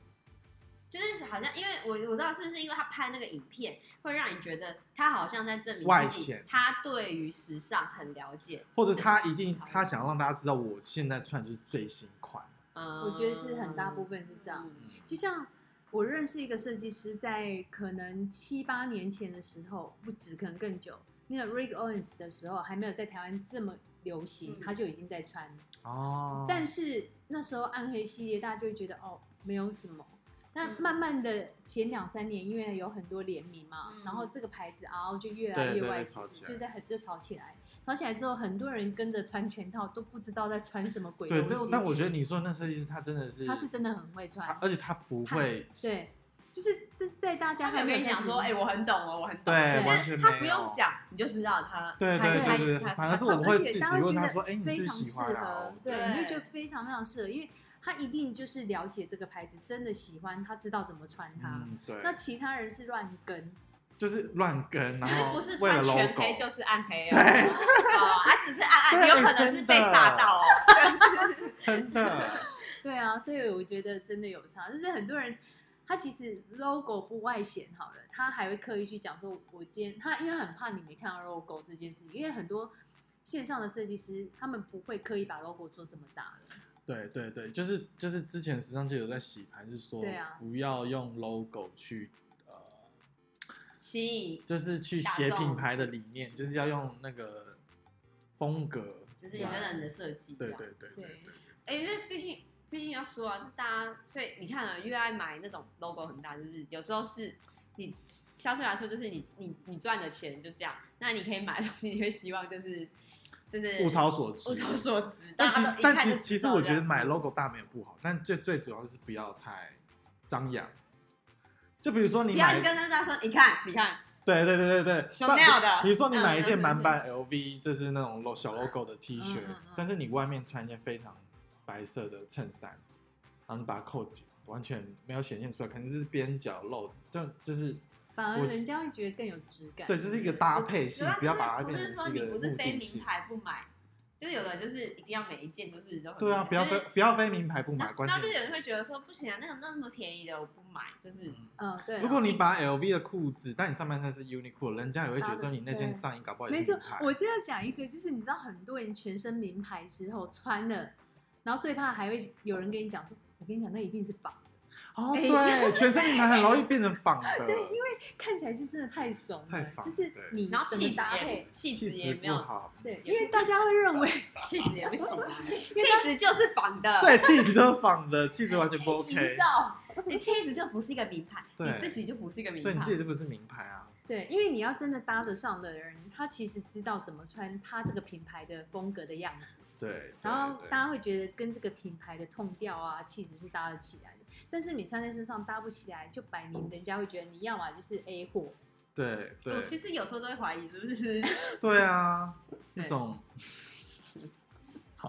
[SPEAKER 4] 就是好像因为我我知道是不是因为他拍那个影片，会让你觉得他好像在证
[SPEAKER 3] 外
[SPEAKER 4] 明自己
[SPEAKER 3] 显，
[SPEAKER 4] 他对于时尚很了解，
[SPEAKER 3] 或者他一定
[SPEAKER 4] 这个时尚
[SPEAKER 3] 他想让大家知道我现在穿的就是最新款，
[SPEAKER 4] 嗯
[SPEAKER 1] 我觉得是很大部分是这样。就像我认识一个设计师，在可能七八年前的时候，不止，可能更久。那个 Rick Owens 的时候，还没有在台湾这么流行，
[SPEAKER 4] 嗯
[SPEAKER 1] 他就已经在穿。
[SPEAKER 3] 哦。
[SPEAKER 1] 但是那时候暗黑系列，大家就会觉得哦，没有什么。那
[SPEAKER 4] 嗯
[SPEAKER 1] 慢慢的前两三年，因为有很多联名嘛，
[SPEAKER 4] 嗯
[SPEAKER 1] 然后这个牌子啊就越来
[SPEAKER 3] 对
[SPEAKER 1] 越
[SPEAKER 3] 对
[SPEAKER 1] 外
[SPEAKER 3] 对
[SPEAKER 1] 显
[SPEAKER 3] 炒，起来
[SPEAKER 1] 就在很就吵起来。吵起来之后，很多人跟着穿全套，都不知道在穿什么鬼
[SPEAKER 3] 对，
[SPEAKER 1] 东
[SPEAKER 3] 但
[SPEAKER 1] 西。
[SPEAKER 3] 但我觉得啊你说的那设计师他真的是，
[SPEAKER 1] 他是真的很会
[SPEAKER 3] 他
[SPEAKER 1] 穿，
[SPEAKER 3] 而且他不会，
[SPEAKER 1] 对，就是但是在大家
[SPEAKER 4] 他
[SPEAKER 1] 还
[SPEAKER 4] 还
[SPEAKER 1] 没
[SPEAKER 4] 跟
[SPEAKER 1] 有
[SPEAKER 4] 你
[SPEAKER 1] 开
[SPEAKER 4] 讲
[SPEAKER 1] 始
[SPEAKER 4] 说，哎、我很懂哦，我很懂。
[SPEAKER 3] 对
[SPEAKER 4] 但
[SPEAKER 3] 完全没有
[SPEAKER 4] 他不用讲，你就知道他。
[SPEAKER 3] 对
[SPEAKER 4] 他
[SPEAKER 3] 对
[SPEAKER 4] 他
[SPEAKER 3] 对对，对
[SPEAKER 4] 他
[SPEAKER 3] 反而是
[SPEAKER 1] 他
[SPEAKER 3] 我们会
[SPEAKER 1] 而且
[SPEAKER 3] 自己
[SPEAKER 1] 大家
[SPEAKER 3] 问
[SPEAKER 1] 觉
[SPEAKER 3] 他
[SPEAKER 1] 得
[SPEAKER 3] 说，哎，你
[SPEAKER 1] 非
[SPEAKER 3] 是
[SPEAKER 1] 常
[SPEAKER 3] 喜
[SPEAKER 1] 适
[SPEAKER 3] 欢啊
[SPEAKER 1] 合，？对，
[SPEAKER 4] 对
[SPEAKER 1] 你就觉得非常非常适合，因为他一定就是了解这个牌子，真的喜欢，他知道怎么穿它。
[SPEAKER 3] 嗯，对，
[SPEAKER 1] 那其他人是乱跟，
[SPEAKER 3] 就是乱跟，然后
[SPEAKER 4] 不是
[SPEAKER 3] 为了
[SPEAKER 4] 穿全
[SPEAKER 3] logo，
[SPEAKER 4] 黑就是暗黑哦，哦，他只是暗 暗，
[SPEAKER 3] 对
[SPEAKER 4] 有可能是被吓到哦。
[SPEAKER 3] 真的，
[SPEAKER 1] 对啊，所以我觉得真的有差，就是很多人。他其实 logo 不外显好了，他还会刻意去讲说，我今天他因为很怕你没看到 logo 这件事情，因为很多线上的设计师他们不会刻意把 logo 做这么大的，
[SPEAKER 3] 对对对，就是就是之前时尚界有在洗盘，是说
[SPEAKER 1] 对啊
[SPEAKER 3] 不要用 logo 去呃，
[SPEAKER 4] 吸引
[SPEAKER 3] 就是去
[SPEAKER 4] 打
[SPEAKER 3] 写
[SPEAKER 4] 中
[SPEAKER 3] 品牌的理念，就是要用那个风格，
[SPEAKER 4] 就是你跟人的设计这
[SPEAKER 3] 对
[SPEAKER 4] 样。
[SPEAKER 3] 对对
[SPEAKER 1] 对
[SPEAKER 3] 对对。
[SPEAKER 4] 哎、因为毕竟毕竟要说啊，这大家所以你看啊，越爱买那种 logo 很大，就是有时候是你相对来说就是你你你赚的钱就这样，那你可以买的东西，你会希望就是就是
[SPEAKER 3] 物超所值。
[SPEAKER 4] 物超所值，
[SPEAKER 3] 但
[SPEAKER 4] 大
[SPEAKER 3] 其
[SPEAKER 4] 家都一
[SPEAKER 3] 但
[SPEAKER 4] 看就
[SPEAKER 3] 其
[SPEAKER 4] 知
[SPEAKER 3] 其实
[SPEAKER 4] 道
[SPEAKER 3] 我
[SPEAKER 4] 这
[SPEAKER 3] 觉得
[SPEAKER 4] 样
[SPEAKER 3] 买 logo 大没有不好，但最最主要是不要太张扬。就比如说你
[SPEAKER 4] 不要一
[SPEAKER 3] 买
[SPEAKER 4] 直，跟大家说，你看你看，
[SPEAKER 3] 对对对对对，不
[SPEAKER 4] Chanel 的
[SPEAKER 3] 比如说你买一
[SPEAKER 4] 嗯
[SPEAKER 3] 件
[SPEAKER 4] 嗯嗯
[SPEAKER 3] 满版 LV，就是那种 lo- 小 logo 的 T 恤
[SPEAKER 1] 嗯嗯嗯，
[SPEAKER 3] 但是你外面穿一件非常白色的衬衫，然后你把它扣紧，完全没有显现出来，可能是边角露，这样就是
[SPEAKER 1] 反而
[SPEAKER 3] 我
[SPEAKER 1] 人家会觉得更有质感。
[SPEAKER 3] 对，就是一个搭配
[SPEAKER 4] 主
[SPEAKER 3] 性
[SPEAKER 4] 要，
[SPEAKER 3] 不要把它
[SPEAKER 4] 不
[SPEAKER 3] 变
[SPEAKER 4] 啊是
[SPEAKER 3] 成
[SPEAKER 4] 说
[SPEAKER 3] 是一
[SPEAKER 4] 你
[SPEAKER 3] 个
[SPEAKER 4] 不是
[SPEAKER 3] 目
[SPEAKER 4] 非
[SPEAKER 3] 的
[SPEAKER 4] 名
[SPEAKER 3] 性。
[SPEAKER 4] 牌不买，就是有的人就是一定要每一件都是都很
[SPEAKER 3] 对啊，
[SPEAKER 4] 贵
[SPEAKER 3] 不要
[SPEAKER 4] 就是
[SPEAKER 3] 非不要非名牌不买，
[SPEAKER 4] 然后
[SPEAKER 3] 关
[SPEAKER 4] 然后
[SPEAKER 3] 键
[SPEAKER 4] 就是有人
[SPEAKER 3] 是
[SPEAKER 4] 会觉得说不行啊，那种那么便宜的我不买，就是
[SPEAKER 3] 嗯
[SPEAKER 1] 嗯，对啊。
[SPEAKER 3] 如果你把 LV 的裤子，但你上半身是 Uniqlo，人家也会觉得说你那件
[SPEAKER 1] 对
[SPEAKER 3] 上衣搞不好也
[SPEAKER 1] 没
[SPEAKER 3] 是
[SPEAKER 1] 错
[SPEAKER 3] 名牌，
[SPEAKER 1] 我就要讲一个，就是你知道很多人全身名牌之后穿了，然后最怕还会有人跟你讲说，我跟你讲那一定是仿的，
[SPEAKER 3] 哦，
[SPEAKER 1] 哎
[SPEAKER 3] 对，全身名牌很容易变成仿 的。
[SPEAKER 1] 对，因为看起来就真的太怂了，
[SPEAKER 3] 太仿
[SPEAKER 1] 就是
[SPEAKER 3] 对
[SPEAKER 1] 你
[SPEAKER 4] 然后
[SPEAKER 1] 怎么
[SPEAKER 4] 气质
[SPEAKER 1] 搭
[SPEAKER 4] 也
[SPEAKER 1] 配，
[SPEAKER 4] 气质
[SPEAKER 3] 气
[SPEAKER 4] 也没
[SPEAKER 3] 质不
[SPEAKER 4] 有，
[SPEAKER 3] 好，
[SPEAKER 1] 对，因为大家会认 为
[SPEAKER 4] 气质也不行啊，气质就是仿的，，
[SPEAKER 3] 对，气质就是仿的，气质完全不 OK
[SPEAKER 1] 营。造
[SPEAKER 4] 你气质就不是一个名牌，
[SPEAKER 3] 对
[SPEAKER 4] 你自己就不是一个名
[SPEAKER 3] 对，你自己
[SPEAKER 4] 牌，
[SPEAKER 3] 是不是名牌啊？
[SPEAKER 1] 对，因为你要真的搭得上的人，他其实知道怎么穿他这个品牌的风格的样子，
[SPEAKER 3] 对，
[SPEAKER 1] 然后
[SPEAKER 3] 对
[SPEAKER 1] 大家会觉得跟这个品牌的痛调啊、气质是搭得起来的。但是你穿在身上搭不起来，就摆明人家会觉得你要么就是 A 货，
[SPEAKER 3] 对
[SPEAKER 4] 我
[SPEAKER 3] 对
[SPEAKER 4] 其实有时候都会怀疑，是不是？
[SPEAKER 3] 对啊，
[SPEAKER 4] 对
[SPEAKER 3] 那种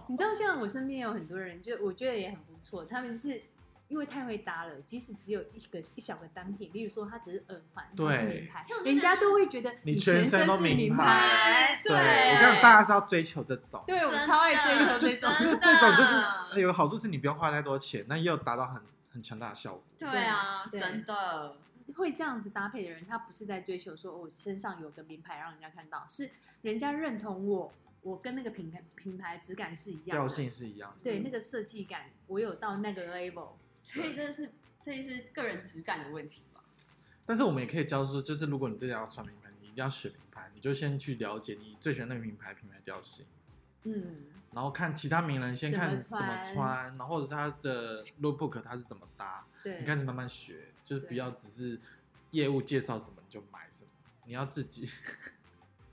[SPEAKER 1] 你知道，像我身边有很多人，就我觉得也很不错，他们就是因为太会搭了，即使只有一个一小个单品，例如说它只是耳环，它是
[SPEAKER 3] 对
[SPEAKER 1] 名牌
[SPEAKER 4] 这种，真
[SPEAKER 1] 人
[SPEAKER 4] 的
[SPEAKER 1] 家都会觉得
[SPEAKER 3] 你
[SPEAKER 1] 全
[SPEAKER 3] 全身都
[SPEAKER 1] 是
[SPEAKER 3] 名
[SPEAKER 1] 名
[SPEAKER 3] 牌
[SPEAKER 4] 对，
[SPEAKER 3] 我看大家是要追求这种，
[SPEAKER 1] 对我
[SPEAKER 4] 真的
[SPEAKER 1] 超爱追求这种
[SPEAKER 4] 真，
[SPEAKER 3] 就
[SPEAKER 4] 的
[SPEAKER 3] 这种就是有好处是你不用花太多钱，那也有达到很很强大的效果。
[SPEAKER 4] 对啊，
[SPEAKER 1] 对
[SPEAKER 4] 真的，
[SPEAKER 1] 会这样子搭配的人，他不是在追求说我身上有个名牌让人家看到，是人家认同我，我跟那个品牌品牌质感是一样
[SPEAKER 3] 调
[SPEAKER 1] 的，
[SPEAKER 3] 性是一样的，
[SPEAKER 4] 嗯
[SPEAKER 1] 对那个设计感，我有到那个 level，
[SPEAKER 4] 所以真的是，这是个人质感的问题吧？
[SPEAKER 3] 但是我们也可以教说，就是如果你真的要穿名牌，你一定要选名牌，你就先去了解你最喜欢那个品牌品牌调性，
[SPEAKER 1] 嗯，
[SPEAKER 3] 然后看其他名人先
[SPEAKER 1] 怎么
[SPEAKER 3] 看怎么
[SPEAKER 1] 穿
[SPEAKER 3] 穿，然后或者是他的 lookbook 他是怎么搭，
[SPEAKER 1] 对
[SPEAKER 3] 你，开始慢慢学，就是不
[SPEAKER 1] 对
[SPEAKER 3] 要只是业务介绍什么你就买什么，你要自己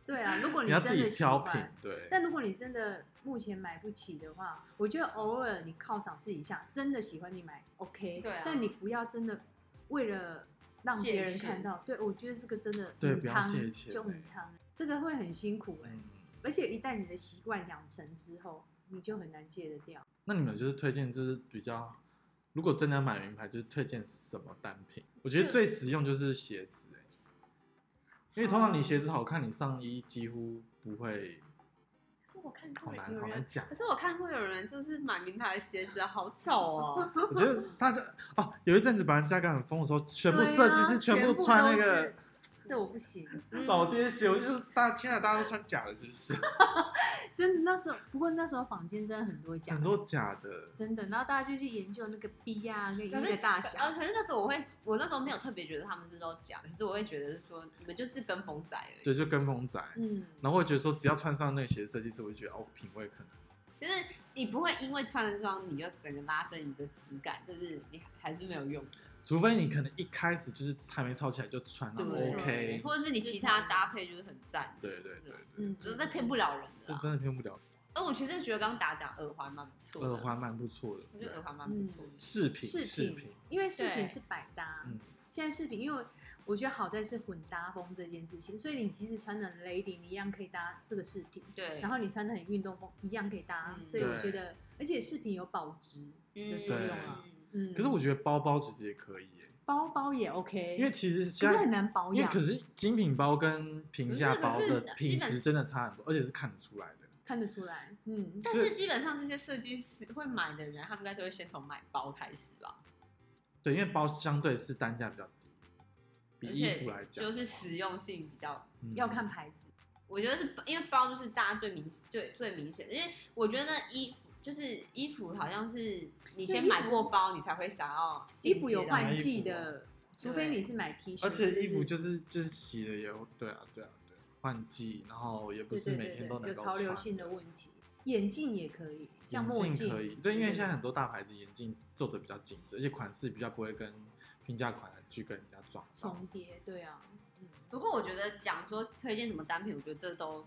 [SPEAKER 1] 对啊，如果
[SPEAKER 3] 你要自
[SPEAKER 1] 真
[SPEAKER 3] 己
[SPEAKER 1] 的喜
[SPEAKER 3] 挑品
[SPEAKER 1] 欢。，
[SPEAKER 3] 对，
[SPEAKER 1] 但如果你真的目前买不起的话，我觉得偶尔你犒赏自己一下，真的喜欢你买 OK，
[SPEAKER 4] 对啊
[SPEAKER 1] 但你不要真的为了让别人看到，对我觉得这个真的
[SPEAKER 3] 对
[SPEAKER 1] 很
[SPEAKER 3] 不要
[SPEAKER 1] 汤
[SPEAKER 3] 借钱
[SPEAKER 1] 就很汤，这个会很辛苦哎、
[SPEAKER 3] 嗯，
[SPEAKER 1] 而且一旦你的习惯养成之后，你就很难戒得掉。
[SPEAKER 3] 那你们就是推荐就是比较，如果真的要买名牌，就是推荐什么单品？我觉得
[SPEAKER 1] 就
[SPEAKER 3] 最实用就是鞋子、欸，因为通常你鞋
[SPEAKER 1] 哦
[SPEAKER 3] 子好看，你上衣几乎不会。
[SPEAKER 4] 可是我看
[SPEAKER 3] 好
[SPEAKER 4] 过
[SPEAKER 3] 难
[SPEAKER 4] 有
[SPEAKER 3] 好难
[SPEAKER 4] 人，
[SPEAKER 3] 讲
[SPEAKER 4] 可是我看过有人就是买名牌的鞋子好丑 哦，
[SPEAKER 3] 我觉得大家哦，有一阵子本来价格很疯的时候，全部设计师
[SPEAKER 1] 啊全
[SPEAKER 3] 部穿那个，
[SPEAKER 1] 这我不行，
[SPEAKER 4] 嗯
[SPEAKER 3] 老爹鞋，我就是大天啊，大家都穿假的，是不是？
[SPEAKER 1] 真的那时候，不过那时候坊间真的很多假
[SPEAKER 3] 很
[SPEAKER 1] 的，
[SPEAKER 3] 多假的，
[SPEAKER 1] 真的，然后大家就去研究那个 B 啊跟一
[SPEAKER 4] 可是
[SPEAKER 1] 的大小，
[SPEAKER 4] 呃，可是那时候我会，我那时候没有特别觉得他们是都假，可是我会觉得说你们就是跟风仔而已。
[SPEAKER 3] 对，就跟风仔。
[SPEAKER 1] 嗯，
[SPEAKER 3] 然后我会觉得说，只要穿上那个鞋的设计师，我就觉得哦，品味可能
[SPEAKER 4] 就是你不会因为穿了这双你就整个拉伸你的质感，就是你还是没有用。
[SPEAKER 3] 除非你可能一开始就是还没抄起来就穿，那
[SPEAKER 4] 对
[SPEAKER 3] OK，
[SPEAKER 4] 或者是你其他搭配就是很赞，
[SPEAKER 3] 对嗯对对对，
[SPEAKER 1] 嗯，
[SPEAKER 4] 就是这骗不了人的
[SPEAKER 3] 这
[SPEAKER 4] 啦。
[SPEAKER 3] 真的骗不了。
[SPEAKER 4] 而我其实觉得刚刚打讲耳环蛮不错的，
[SPEAKER 3] 耳，环嗯蛮不错的，
[SPEAKER 4] 我觉
[SPEAKER 3] 对
[SPEAKER 4] 得耳环蛮不错的。
[SPEAKER 3] 饰品
[SPEAKER 1] 饰
[SPEAKER 3] 饰
[SPEAKER 1] 品，
[SPEAKER 4] 嗯
[SPEAKER 1] 因为饰
[SPEAKER 4] 对
[SPEAKER 1] 品是百搭。
[SPEAKER 3] 嗯
[SPEAKER 1] 现在饰品，因为我觉得好在是混搭风这件事情，所以你即使穿的 lady，你一样可以搭这个饰品。
[SPEAKER 4] 对，
[SPEAKER 1] 然后你穿的很运动风，一样可以搭。
[SPEAKER 4] 嗯
[SPEAKER 1] 所以我
[SPEAKER 3] 对
[SPEAKER 1] 觉得，而且饰品有保值的作用啊。嗯，
[SPEAKER 3] 可是我觉得包包其实也可以耶，
[SPEAKER 1] 包包也 OK，
[SPEAKER 3] 因为其实
[SPEAKER 1] 可
[SPEAKER 3] 现
[SPEAKER 1] 是很
[SPEAKER 3] 在。
[SPEAKER 1] 难保
[SPEAKER 3] 因为
[SPEAKER 1] 养
[SPEAKER 3] 可，是精品包跟平价包
[SPEAKER 4] 不是
[SPEAKER 3] 的
[SPEAKER 4] 可是基
[SPEAKER 3] 品
[SPEAKER 4] 本
[SPEAKER 3] 质真的差很多，而且是看得出来的。
[SPEAKER 1] 看得出来。嗯，
[SPEAKER 4] 但
[SPEAKER 3] 所
[SPEAKER 4] 是
[SPEAKER 3] 以
[SPEAKER 4] 基本上这些设计师会买的人，他们应该都会先从买包开始吧，
[SPEAKER 3] 对，因为包相对是单价比较低，比
[SPEAKER 4] 而
[SPEAKER 3] 衣
[SPEAKER 4] 且
[SPEAKER 3] 服来讲
[SPEAKER 4] 就是实用性比较
[SPEAKER 3] 嗯
[SPEAKER 1] 要看牌子。
[SPEAKER 4] 我觉得是因为包就是大家最明最最明显的，因为我觉得衣服就是衣服好像是你先买过包，你才会想要
[SPEAKER 1] 衣服有
[SPEAKER 4] 换，
[SPEAKER 1] 换季
[SPEAKER 3] 买
[SPEAKER 1] 的，除非你是买 T 恤，
[SPEAKER 3] 啊而且衣服
[SPEAKER 1] 是
[SPEAKER 3] 就是就是洗了也有对啊对啊对啊，换季，然后也不
[SPEAKER 1] 对
[SPEAKER 3] 是
[SPEAKER 1] 对
[SPEAKER 3] 每
[SPEAKER 1] 对
[SPEAKER 3] 天都
[SPEAKER 1] 对，有
[SPEAKER 3] 能够
[SPEAKER 1] 潮流
[SPEAKER 3] 穿。
[SPEAKER 1] 性的问题。眼镜也可以，像墨
[SPEAKER 3] 眼镜可以，对，因为现在
[SPEAKER 1] 对
[SPEAKER 3] 很多大牌子眼镜做的比较精致，而且款式比较不会跟平价款去跟人家撞到。
[SPEAKER 1] 重叠，对啊，嗯，
[SPEAKER 4] 不过我觉得讲说推荐什么单品，我觉得这都，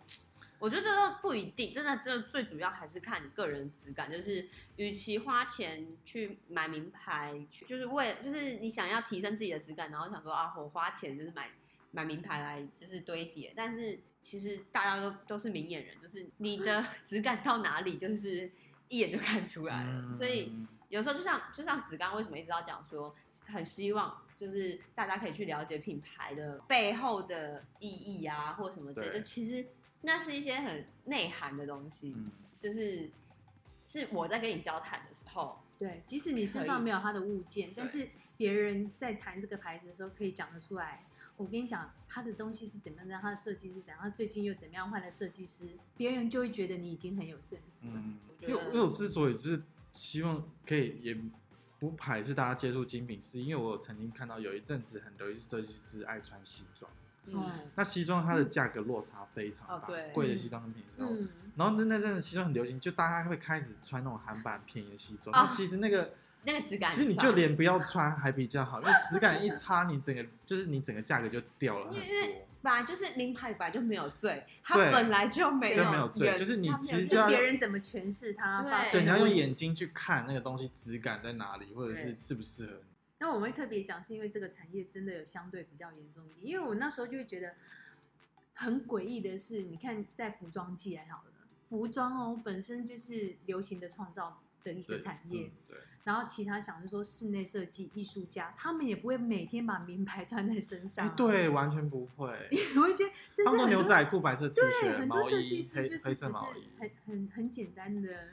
[SPEAKER 4] 我觉得这都不一定，真的这最主要还是看你个人质感。就是与其花钱去买名牌，去就是为就是你想要提升自己的质感，然后想说啊，我花钱就是买买名牌来就是堆叠，但是其实大家都都是明眼人，就是你的 质感到哪里，就是一眼就看出来了，所以。
[SPEAKER 3] 嗯
[SPEAKER 4] 有时候就像就像子刚为什么一直要讲说，很希望就是大家可以去了解品牌的背后的意义啊，或什么之类的，
[SPEAKER 3] 对
[SPEAKER 4] 就其实那是一些很内涵的东西，
[SPEAKER 3] 嗯
[SPEAKER 4] 就是是我在跟你交谈的时候，
[SPEAKER 1] 对，即使你身上
[SPEAKER 4] 可以
[SPEAKER 1] 没有它的物件，但是别人在谈这个牌子的时候，可以讲得出来。我跟你讲，它的东西是怎么样，它的设计是怎样，它最近又怎么样换了设计师，别人就会觉得你已经很有 sense 了。
[SPEAKER 3] 嗯，
[SPEAKER 4] 我觉
[SPEAKER 3] 因为
[SPEAKER 4] 得
[SPEAKER 3] 因为我之所以就是希望可以也不排斥大家接触精品，是因为我曾经看到有一阵子很流行设计师爱穿西装，
[SPEAKER 4] 嗯，
[SPEAKER 1] 哦，
[SPEAKER 3] 那西装它的价格落差非常
[SPEAKER 4] 哦
[SPEAKER 3] 大，
[SPEAKER 4] 对
[SPEAKER 3] 贵的西装跟便宜的西装。
[SPEAKER 1] 嗯，
[SPEAKER 3] 然后那那阵子西装很流行，就大家会开始穿那种韩版便宜的西装。
[SPEAKER 4] 啊
[SPEAKER 3] 那其实那个，
[SPEAKER 4] 那个质感
[SPEAKER 3] 其
[SPEAKER 4] 很爽，
[SPEAKER 3] 实你就连不要穿还比较好，因为质感一差，你整个就是你整个价格就掉了很
[SPEAKER 4] 因为因为
[SPEAKER 1] 哎
[SPEAKER 3] 多。
[SPEAKER 4] 本来就是名牌，本来就没有罪，它
[SPEAKER 3] 对
[SPEAKER 4] 本来就没
[SPEAKER 3] 就
[SPEAKER 4] 有
[SPEAKER 3] 没有罪
[SPEAKER 4] 原
[SPEAKER 3] 就是你
[SPEAKER 4] 它没有
[SPEAKER 3] 其
[SPEAKER 4] 罪
[SPEAKER 3] 实就要
[SPEAKER 1] 是别人怎么诠释它
[SPEAKER 4] 对
[SPEAKER 1] 发
[SPEAKER 3] 对，
[SPEAKER 1] 生
[SPEAKER 3] 你要
[SPEAKER 1] 的
[SPEAKER 3] 用
[SPEAKER 1] 问题。
[SPEAKER 3] 眼睛去看那个东西质感在哪里，或者
[SPEAKER 4] 对
[SPEAKER 3] 是适不适合你。
[SPEAKER 1] 那我会特别讲，是因为这个产业真的有相对比较严重一点，因为我那时候就会觉得很诡异的是，你看在服装界还好了，服装哦本身就是流行的创造的一个
[SPEAKER 3] 对
[SPEAKER 1] 产业，
[SPEAKER 3] 嗯对，
[SPEAKER 1] 然后其他想是说室内设计艺术家，他们也不会每天把名牌穿在身上、
[SPEAKER 3] 哎，，对，完全不会。
[SPEAKER 1] 我会觉得这
[SPEAKER 3] 他
[SPEAKER 1] 是
[SPEAKER 3] 们都
[SPEAKER 1] 很
[SPEAKER 3] 牛
[SPEAKER 1] 多
[SPEAKER 3] 仔裤、白色 T
[SPEAKER 1] 对
[SPEAKER 3] 恤、
[SPEAKER 1] 很多
[SPEAKER 3] 毛
[SPEAKER 1] 设
[SPEAKER 3] 衣、
[SPEAKER 1] 计师
[SPEAKER 3] 黑
[SPEAKER 1] 就是
[SPEAKER 3] 黑
[SPEAKER 1] 只
[SPEAKER 3] 色
[SPEAKER 1] 是
[SPEAKER 3] 毛衣。
[SPEAKER 1] 很很很简单的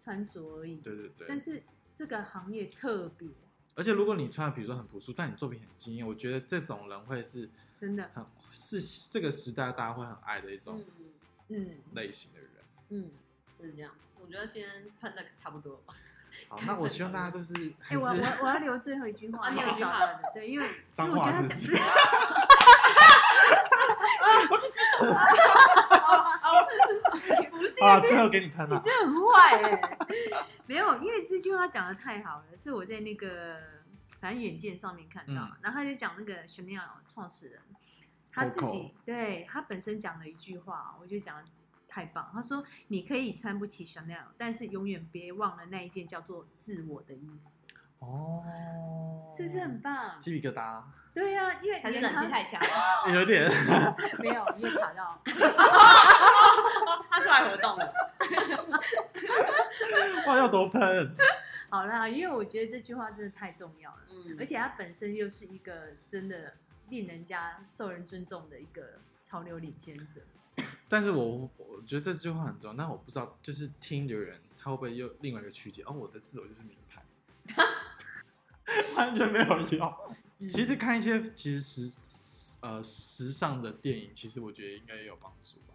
[SPEAKER 1] 穿着而已，
[SPEAKER 3] 对对对。
[SPEAKER 1] 但是这个行业特别
[SPEAKER 3] 而且如果你穿的比如说很朴素，但你作品很惊艳，我觉得这种人会是
[SPEAKER 1] 真的，
[SPEAKER 3] 很是这个时代大家会很爱的一种
[SPEAKER 4] 嗯，
[SPEAKER 1] 嗯
[SPEAKER 3] 类型的人。
[SPEAKER 1] 嗯。
[SPEAKER 4] 就是这样。我觉得今天喷的差不多了吧。
[SPEAKER 3] 好， 那我希望大家都是
[SPEAKER 1] 哎、
[SPEAKER 3] 还
[SPEAKER 1] 我 我
[SPEAKER 3] 是
[SPEAKER 1] 我要留最后一句话，
[SPEAKER 4] 啊你有一句
[SPEAKER 1] 找
[SPEAKER 4] 话
[SPEAKER 1] 到的，对，因为因为
[SPEAKER 3] 脏
[SPEAKER 1] 我觉得
[SPEAKER 3] 话
[SPEAKER 1] 他
[SPEAKER 3] 是
[SPEAKER 1] 讲
[SPEAKER 3] 不
[SPEAKER 1] 是
[SPEAKER 3] 是，
[SPEAKER 1] 不是
[SPEAKER 3] 啊，
[SPEAKER 1] 这
[SPEAKER 3] 最后给你喷
[SPEAKER 1] 你
[SPEAKER 3] 了。
[SPEAKER 1] 真的很坏哎、没有，因为这句话讲的太好了，是我在那个反正远见上面看到，
[SPEAKER 3] 嗯
[SPEAKER 1] 然后他就讲那个 Chanel 创始人他自己对他本身讲了一句话，我觉得讲的太棒。他说：“你可以穿不起 Chanel，但是永远别忘了那一件叫做自我的衣服，
[SPEAKER 3] 哦，
[SPEAKER 1] 是不是很棒？
[SPEAKER 3] 鸡皮疙瘩？啊
[SPEAKER 1] 对呀、因为
[SPEAKER 4] 还是
[SPEAKER 1] 你
[SPEAKER 4] 冷气
[SPEAKER 1] 常
[SPEAKER 4] 太强，
[SPEAKER 3] 有点。
[SPEAKER 1] 没有，你也卡到。”
[SPEAKER 4] 他出来活动了。
[SPEAKER 3] 哇，要多喷！
[SPEAKER 1] 好啦，因为我觉得这句话真的太重要了，
[SPEAKER 4] 嗯，
[SPEAKER 1] 而且它本身又是一个真的令人家受人尊重的一个潮流领先者。
[SPEAKER 3] 但是我我觉得这句话很重要，但我不知道就是听的人他会不会又另外一个曲解哦，我的自我就是名牌， 完全没有用。
[SPEAKER 1] 嗯
[SPEAKER 3] 其实看一些其实时呃时尚的电影，其实我觉得应该也有帮助吧。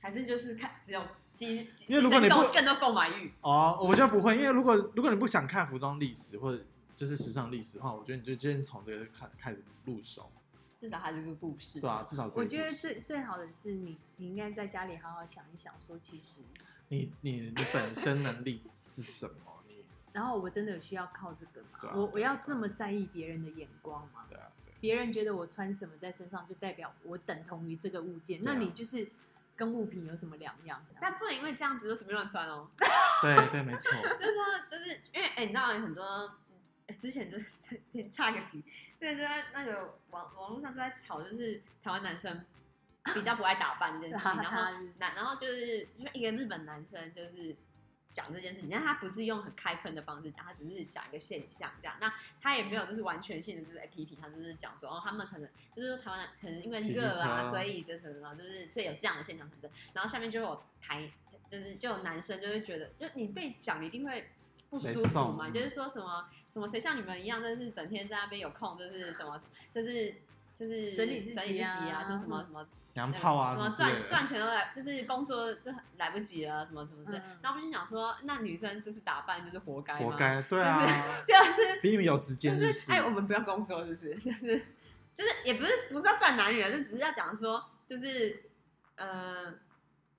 [SPEAKER 4] 还是就是看只有激，激
[SPEAKER 3] 因为如果你
[SPEAKER 4] 激
[SPEAKER 3] 不
[SPEAKER 4] 增更更多购买欲，
[SPEAKER 3] 哦，我觉得不会，因为如果如果你不想看服装历史或者就是时尚历史的话，我觉得你就先从这个看开始入手，
[SPEAKER 4] 至少还是个故事。
[SPEAKER 3] 对啊，，至少这个
[SPEAKER 1] 我觉得
[SPEAKER 3] 故事
[SPEAKER 1] 最最好的是你，你应该在家里好好想一想，说其实，
[SPEAKER 3] 你你你本身能力是什么？你
[SPEAKER 1] 然后我真的有需要靠这个吗？
[SPEAKER 3] 对啊
[SPEAKER 1] 我
[SPEAKER 3] 对啊
[SPEAKER 1] 我要这么在意别人的眼光吗？
[SPEAKER 3] 对啊对
[SPEAKER 1] 别人觉得我穿什么在身上，就代表我等同于这个物件，
[SPEAKER 3] 对啊
[SPEAKER 1] 那你就是跟物品有什么两样？啊
[SPEAKER 4] 但不能因为这样子就随便乱穿哦。
[SPEAKER 3] 对对，没错。
[SPEAKER 4] 就是他就是因为哎、你知道有很多哎之前就是 差个题，对，就在那个网网络上就在吵，就是台湾男生比较不爱打扮这件事 情，然后男然后就是就是一个日本男生就是。讲这件事情，但他不是用很开喷的方式讲，他只是讲一个现象这样。那他也没有就是完全性的就是哎批评，他就是讲说哦，他们可能就是说台湾男可能因为热啊，
[SPEAKER 3] 骑机车
[SPEAKER 4] 所以这什么什么，就是所以有这样的现象产生。然后下面就有台，就是就有男生就会觉得，就你被讲，你一定会不舒
[SPEAKER 3] 被
[SPEAKER 4] 服
[SPEAKER 3] 送
[SPEAKER 4] 嘛，
[SPEAKER 3] 嗯
[SPEAKER 4] 就是说什么什么谁像你们一样，真是整天在那边有空，就是什么，就是就是
[SPEAKER 1] 整理自己啊
[SPEAKER 4] 整理自己啊，就什么
[SPEAKER 1] 嗯
[SPEAKER 4] 什么
[SPEAKER 3] 娘炮啊
[SPEAKER 4] 什
[SPEAKER 3] 什
[SPEAKER 4] 么
[SPEAKER 3] 么之类
[SPEAKER 4] 赚
[SPEAKER 3] 的
[SPEAKER 4] 赚钱都来，就是工作就很来不及了，什么什么之类
[SPEAKER 1] 嗯嗯。
[SPEAKER 4] 然后我就想说，那女生就是打扮就是活该吗，
[SPEAKER 3] 活该，对
[SPEAKER 4] 就
[SPEAKER 3] 啊，
[SPEAKER 4] 是就是
[SPEAKER 3] 比你们有时间
[SPEAKER 4] 就是
[SPEAKER 3] 不
[SPEAKER 4] 哎、我们不要工作，是不 是？就是就是也不是不是要赞男啊人，就只是要讲说，就是呃，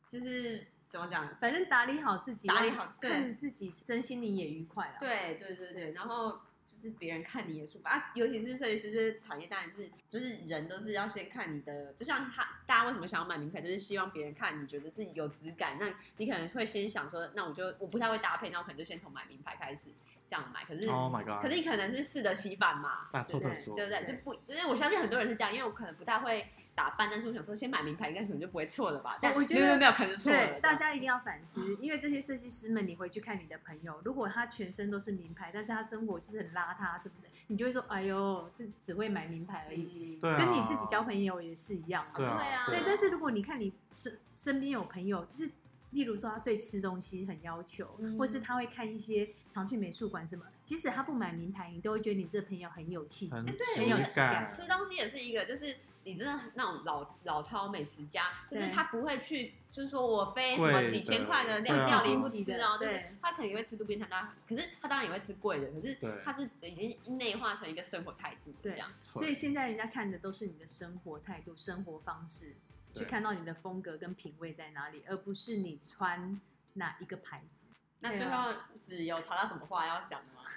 [SPEAKER 4] 就是怎么讲？
[SPEAKER 1] 反正打理好自己，啊
[SPEAKER 4] 打理好对
[SPEAKER 1] 看自己身心灵也愉快啊了。
[SPEAKER 4] 对对对对，然后就是别人看你也舒服啊，尤其是设计师这个产业，当然是就是人都是要先看你的，就像他大家为什么想要买名牌，就是希望别人看你觉得是有质感，那你可能会先想说，那我就我不太会搭配，那我可能就先从买名牌开始这样买，可是、
[SPEAKER 3] ，Oh my god，
[SPEAKER 4] 可是你可能是适得其反嘛，
[SPEAKER 3] 大啊错
[SPEAKER 4] 对不
[SPEAKER 3] 特
[SPEAKER 4] 对
[SPEAKER 3] 错，
[SPEAKER 4] 对不对？
[SPEAKER 1] 对
[SPEAKER 4] 就不就是我相信很多人是这样，因为我可能不太会打扮，但是我想说先买名牌，应该可能就不会错了吧？但
[SPEAKER 1] 哦我觉得
[SPEAKER 4] 没有没有没有，可能是错了
[SPEAKER 1] 对，
[SPEAKER 4] 的。
[SPEAKER 1] 大家一定要反思，因为这些设计师们，你回去看你的朋友，如果他全身都是名牌，但是他生活就是很邋遢什么的，你就会说：“哎呦，这只会买名牌而已。
[SPEAKER 4] 嗯
[SPEAKER 3] 对啊
[SPEAKER 1] 跟你自己交朋友也是一样嘛。
[SPEAKER 3] 对啊
[SPEAKER 4] 对啊
[SPEAKER 1] 对，但是如果你看你身身边有朋友，就是例如说他对吃东西很要求，
[SPEAKER 4] 嗯
[SPEAKER 1] 或是他会看一些常去美术馆什么，即使他不买名牌，你都会觉得你这朋友很有气质，
[SPEAKER 3] 很
[SPEAKER 1] 很有
[SPEAKER 3] 质感
[SPEAKER 4] 吃东西也是一个，就是你真的那种老老饕美食家，就是
[SPEAKER 1] 对
[SPEAKER 4] 他不会去，就是说我非什
[SPEAKER 3] 贵
[SPEAKER 4] 么
[SPEAKER 3] 的
[SPEAKER 4] 几千块的
[SPEAKER 3] 对
[SPEAKER 4] 料
[SPEAKER 3] 啊
[SPEAKER 4] 料理不吃哦，
[SPEAKER 1] 对
[SPEAKER 4] 就是他可能也会吃路边摊，当然，可是他当然也会吃贵的，可是
[SPEAKER 3] 对
[SPEAKER 4] 他是已经内化成一个生活态度这
[SPEAKER 1] 对啊
[SPEAKER 4] 样。
[SPEAKER 1] 所以现在人家看的都是你的生活态度、生活方式，
[SPEAKER 3] 对
[SPEAKER 1] 去看到你的风格跟品味在哪里，而不是你穿哪一个牌子。
[SPEAKER 4] 那
[SPEAKER 1] 对
[SPEAKER 4] 最
[SPEAKER 1] 啊
[SPEAKER 4] 后只有查到什么话要讲的吗？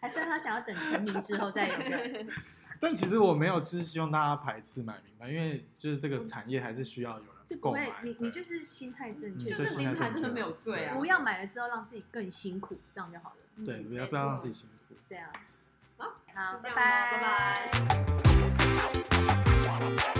[SPEAKER 1] 还是他想要等成名之后再有个
[SPEAKER 3] 但其实我没有，就是希望大家排斥买名牌，因为就是这个产业还是需要
[SPEAKER 1] 就
[SPEAKER 3] 有人
[SPEAKER 1] 不
[SPEAKER 3] 购
[SPEAKER 1] 会
[SPEAKER 3] 买，。
[SPEAKER 1] 你
[SPEAKER 3] 对
[SPEAKER 1] 你就是心态正确，
[SPEAKER 3] 嗯
[SPEAKER 4] 就
[SPEAKER 3] 对
[SPEAKER 4] 是
[SPEAKER 3] 现在
[SPEAKER 4] 名牌
[SPEAKER 3] 正
[SPEAKER 4] 真的
[SPEAKER 3] 确
[SPEAKER 4] 没
[SPEAKER 3] 了
[SPEAKER 4] 有罪啊
[SPEAKER 1] 不要买了之后让自己更辛苦，这样就好了。
[SPEAKER 3] 对，
[SPEAKER 1] 嗯
[SPEAKER 3] 不要
[SPEAKER 4] 没
[SPEAKER 3] 不要让
[SPEAKER 4] 错
[SPEAKER 3] 自己辛苦。
[SPEAKER 1] 对啊。
[SPEAKER 4] 好
[SPEAKER 1] 好，
[SPEAKER 4] 就这
[SPEAKER 1] 拜
[SPEAKER 4] 样咯
[SPEAKER 1] 拜，
[SPEAKER 4] 拜拜。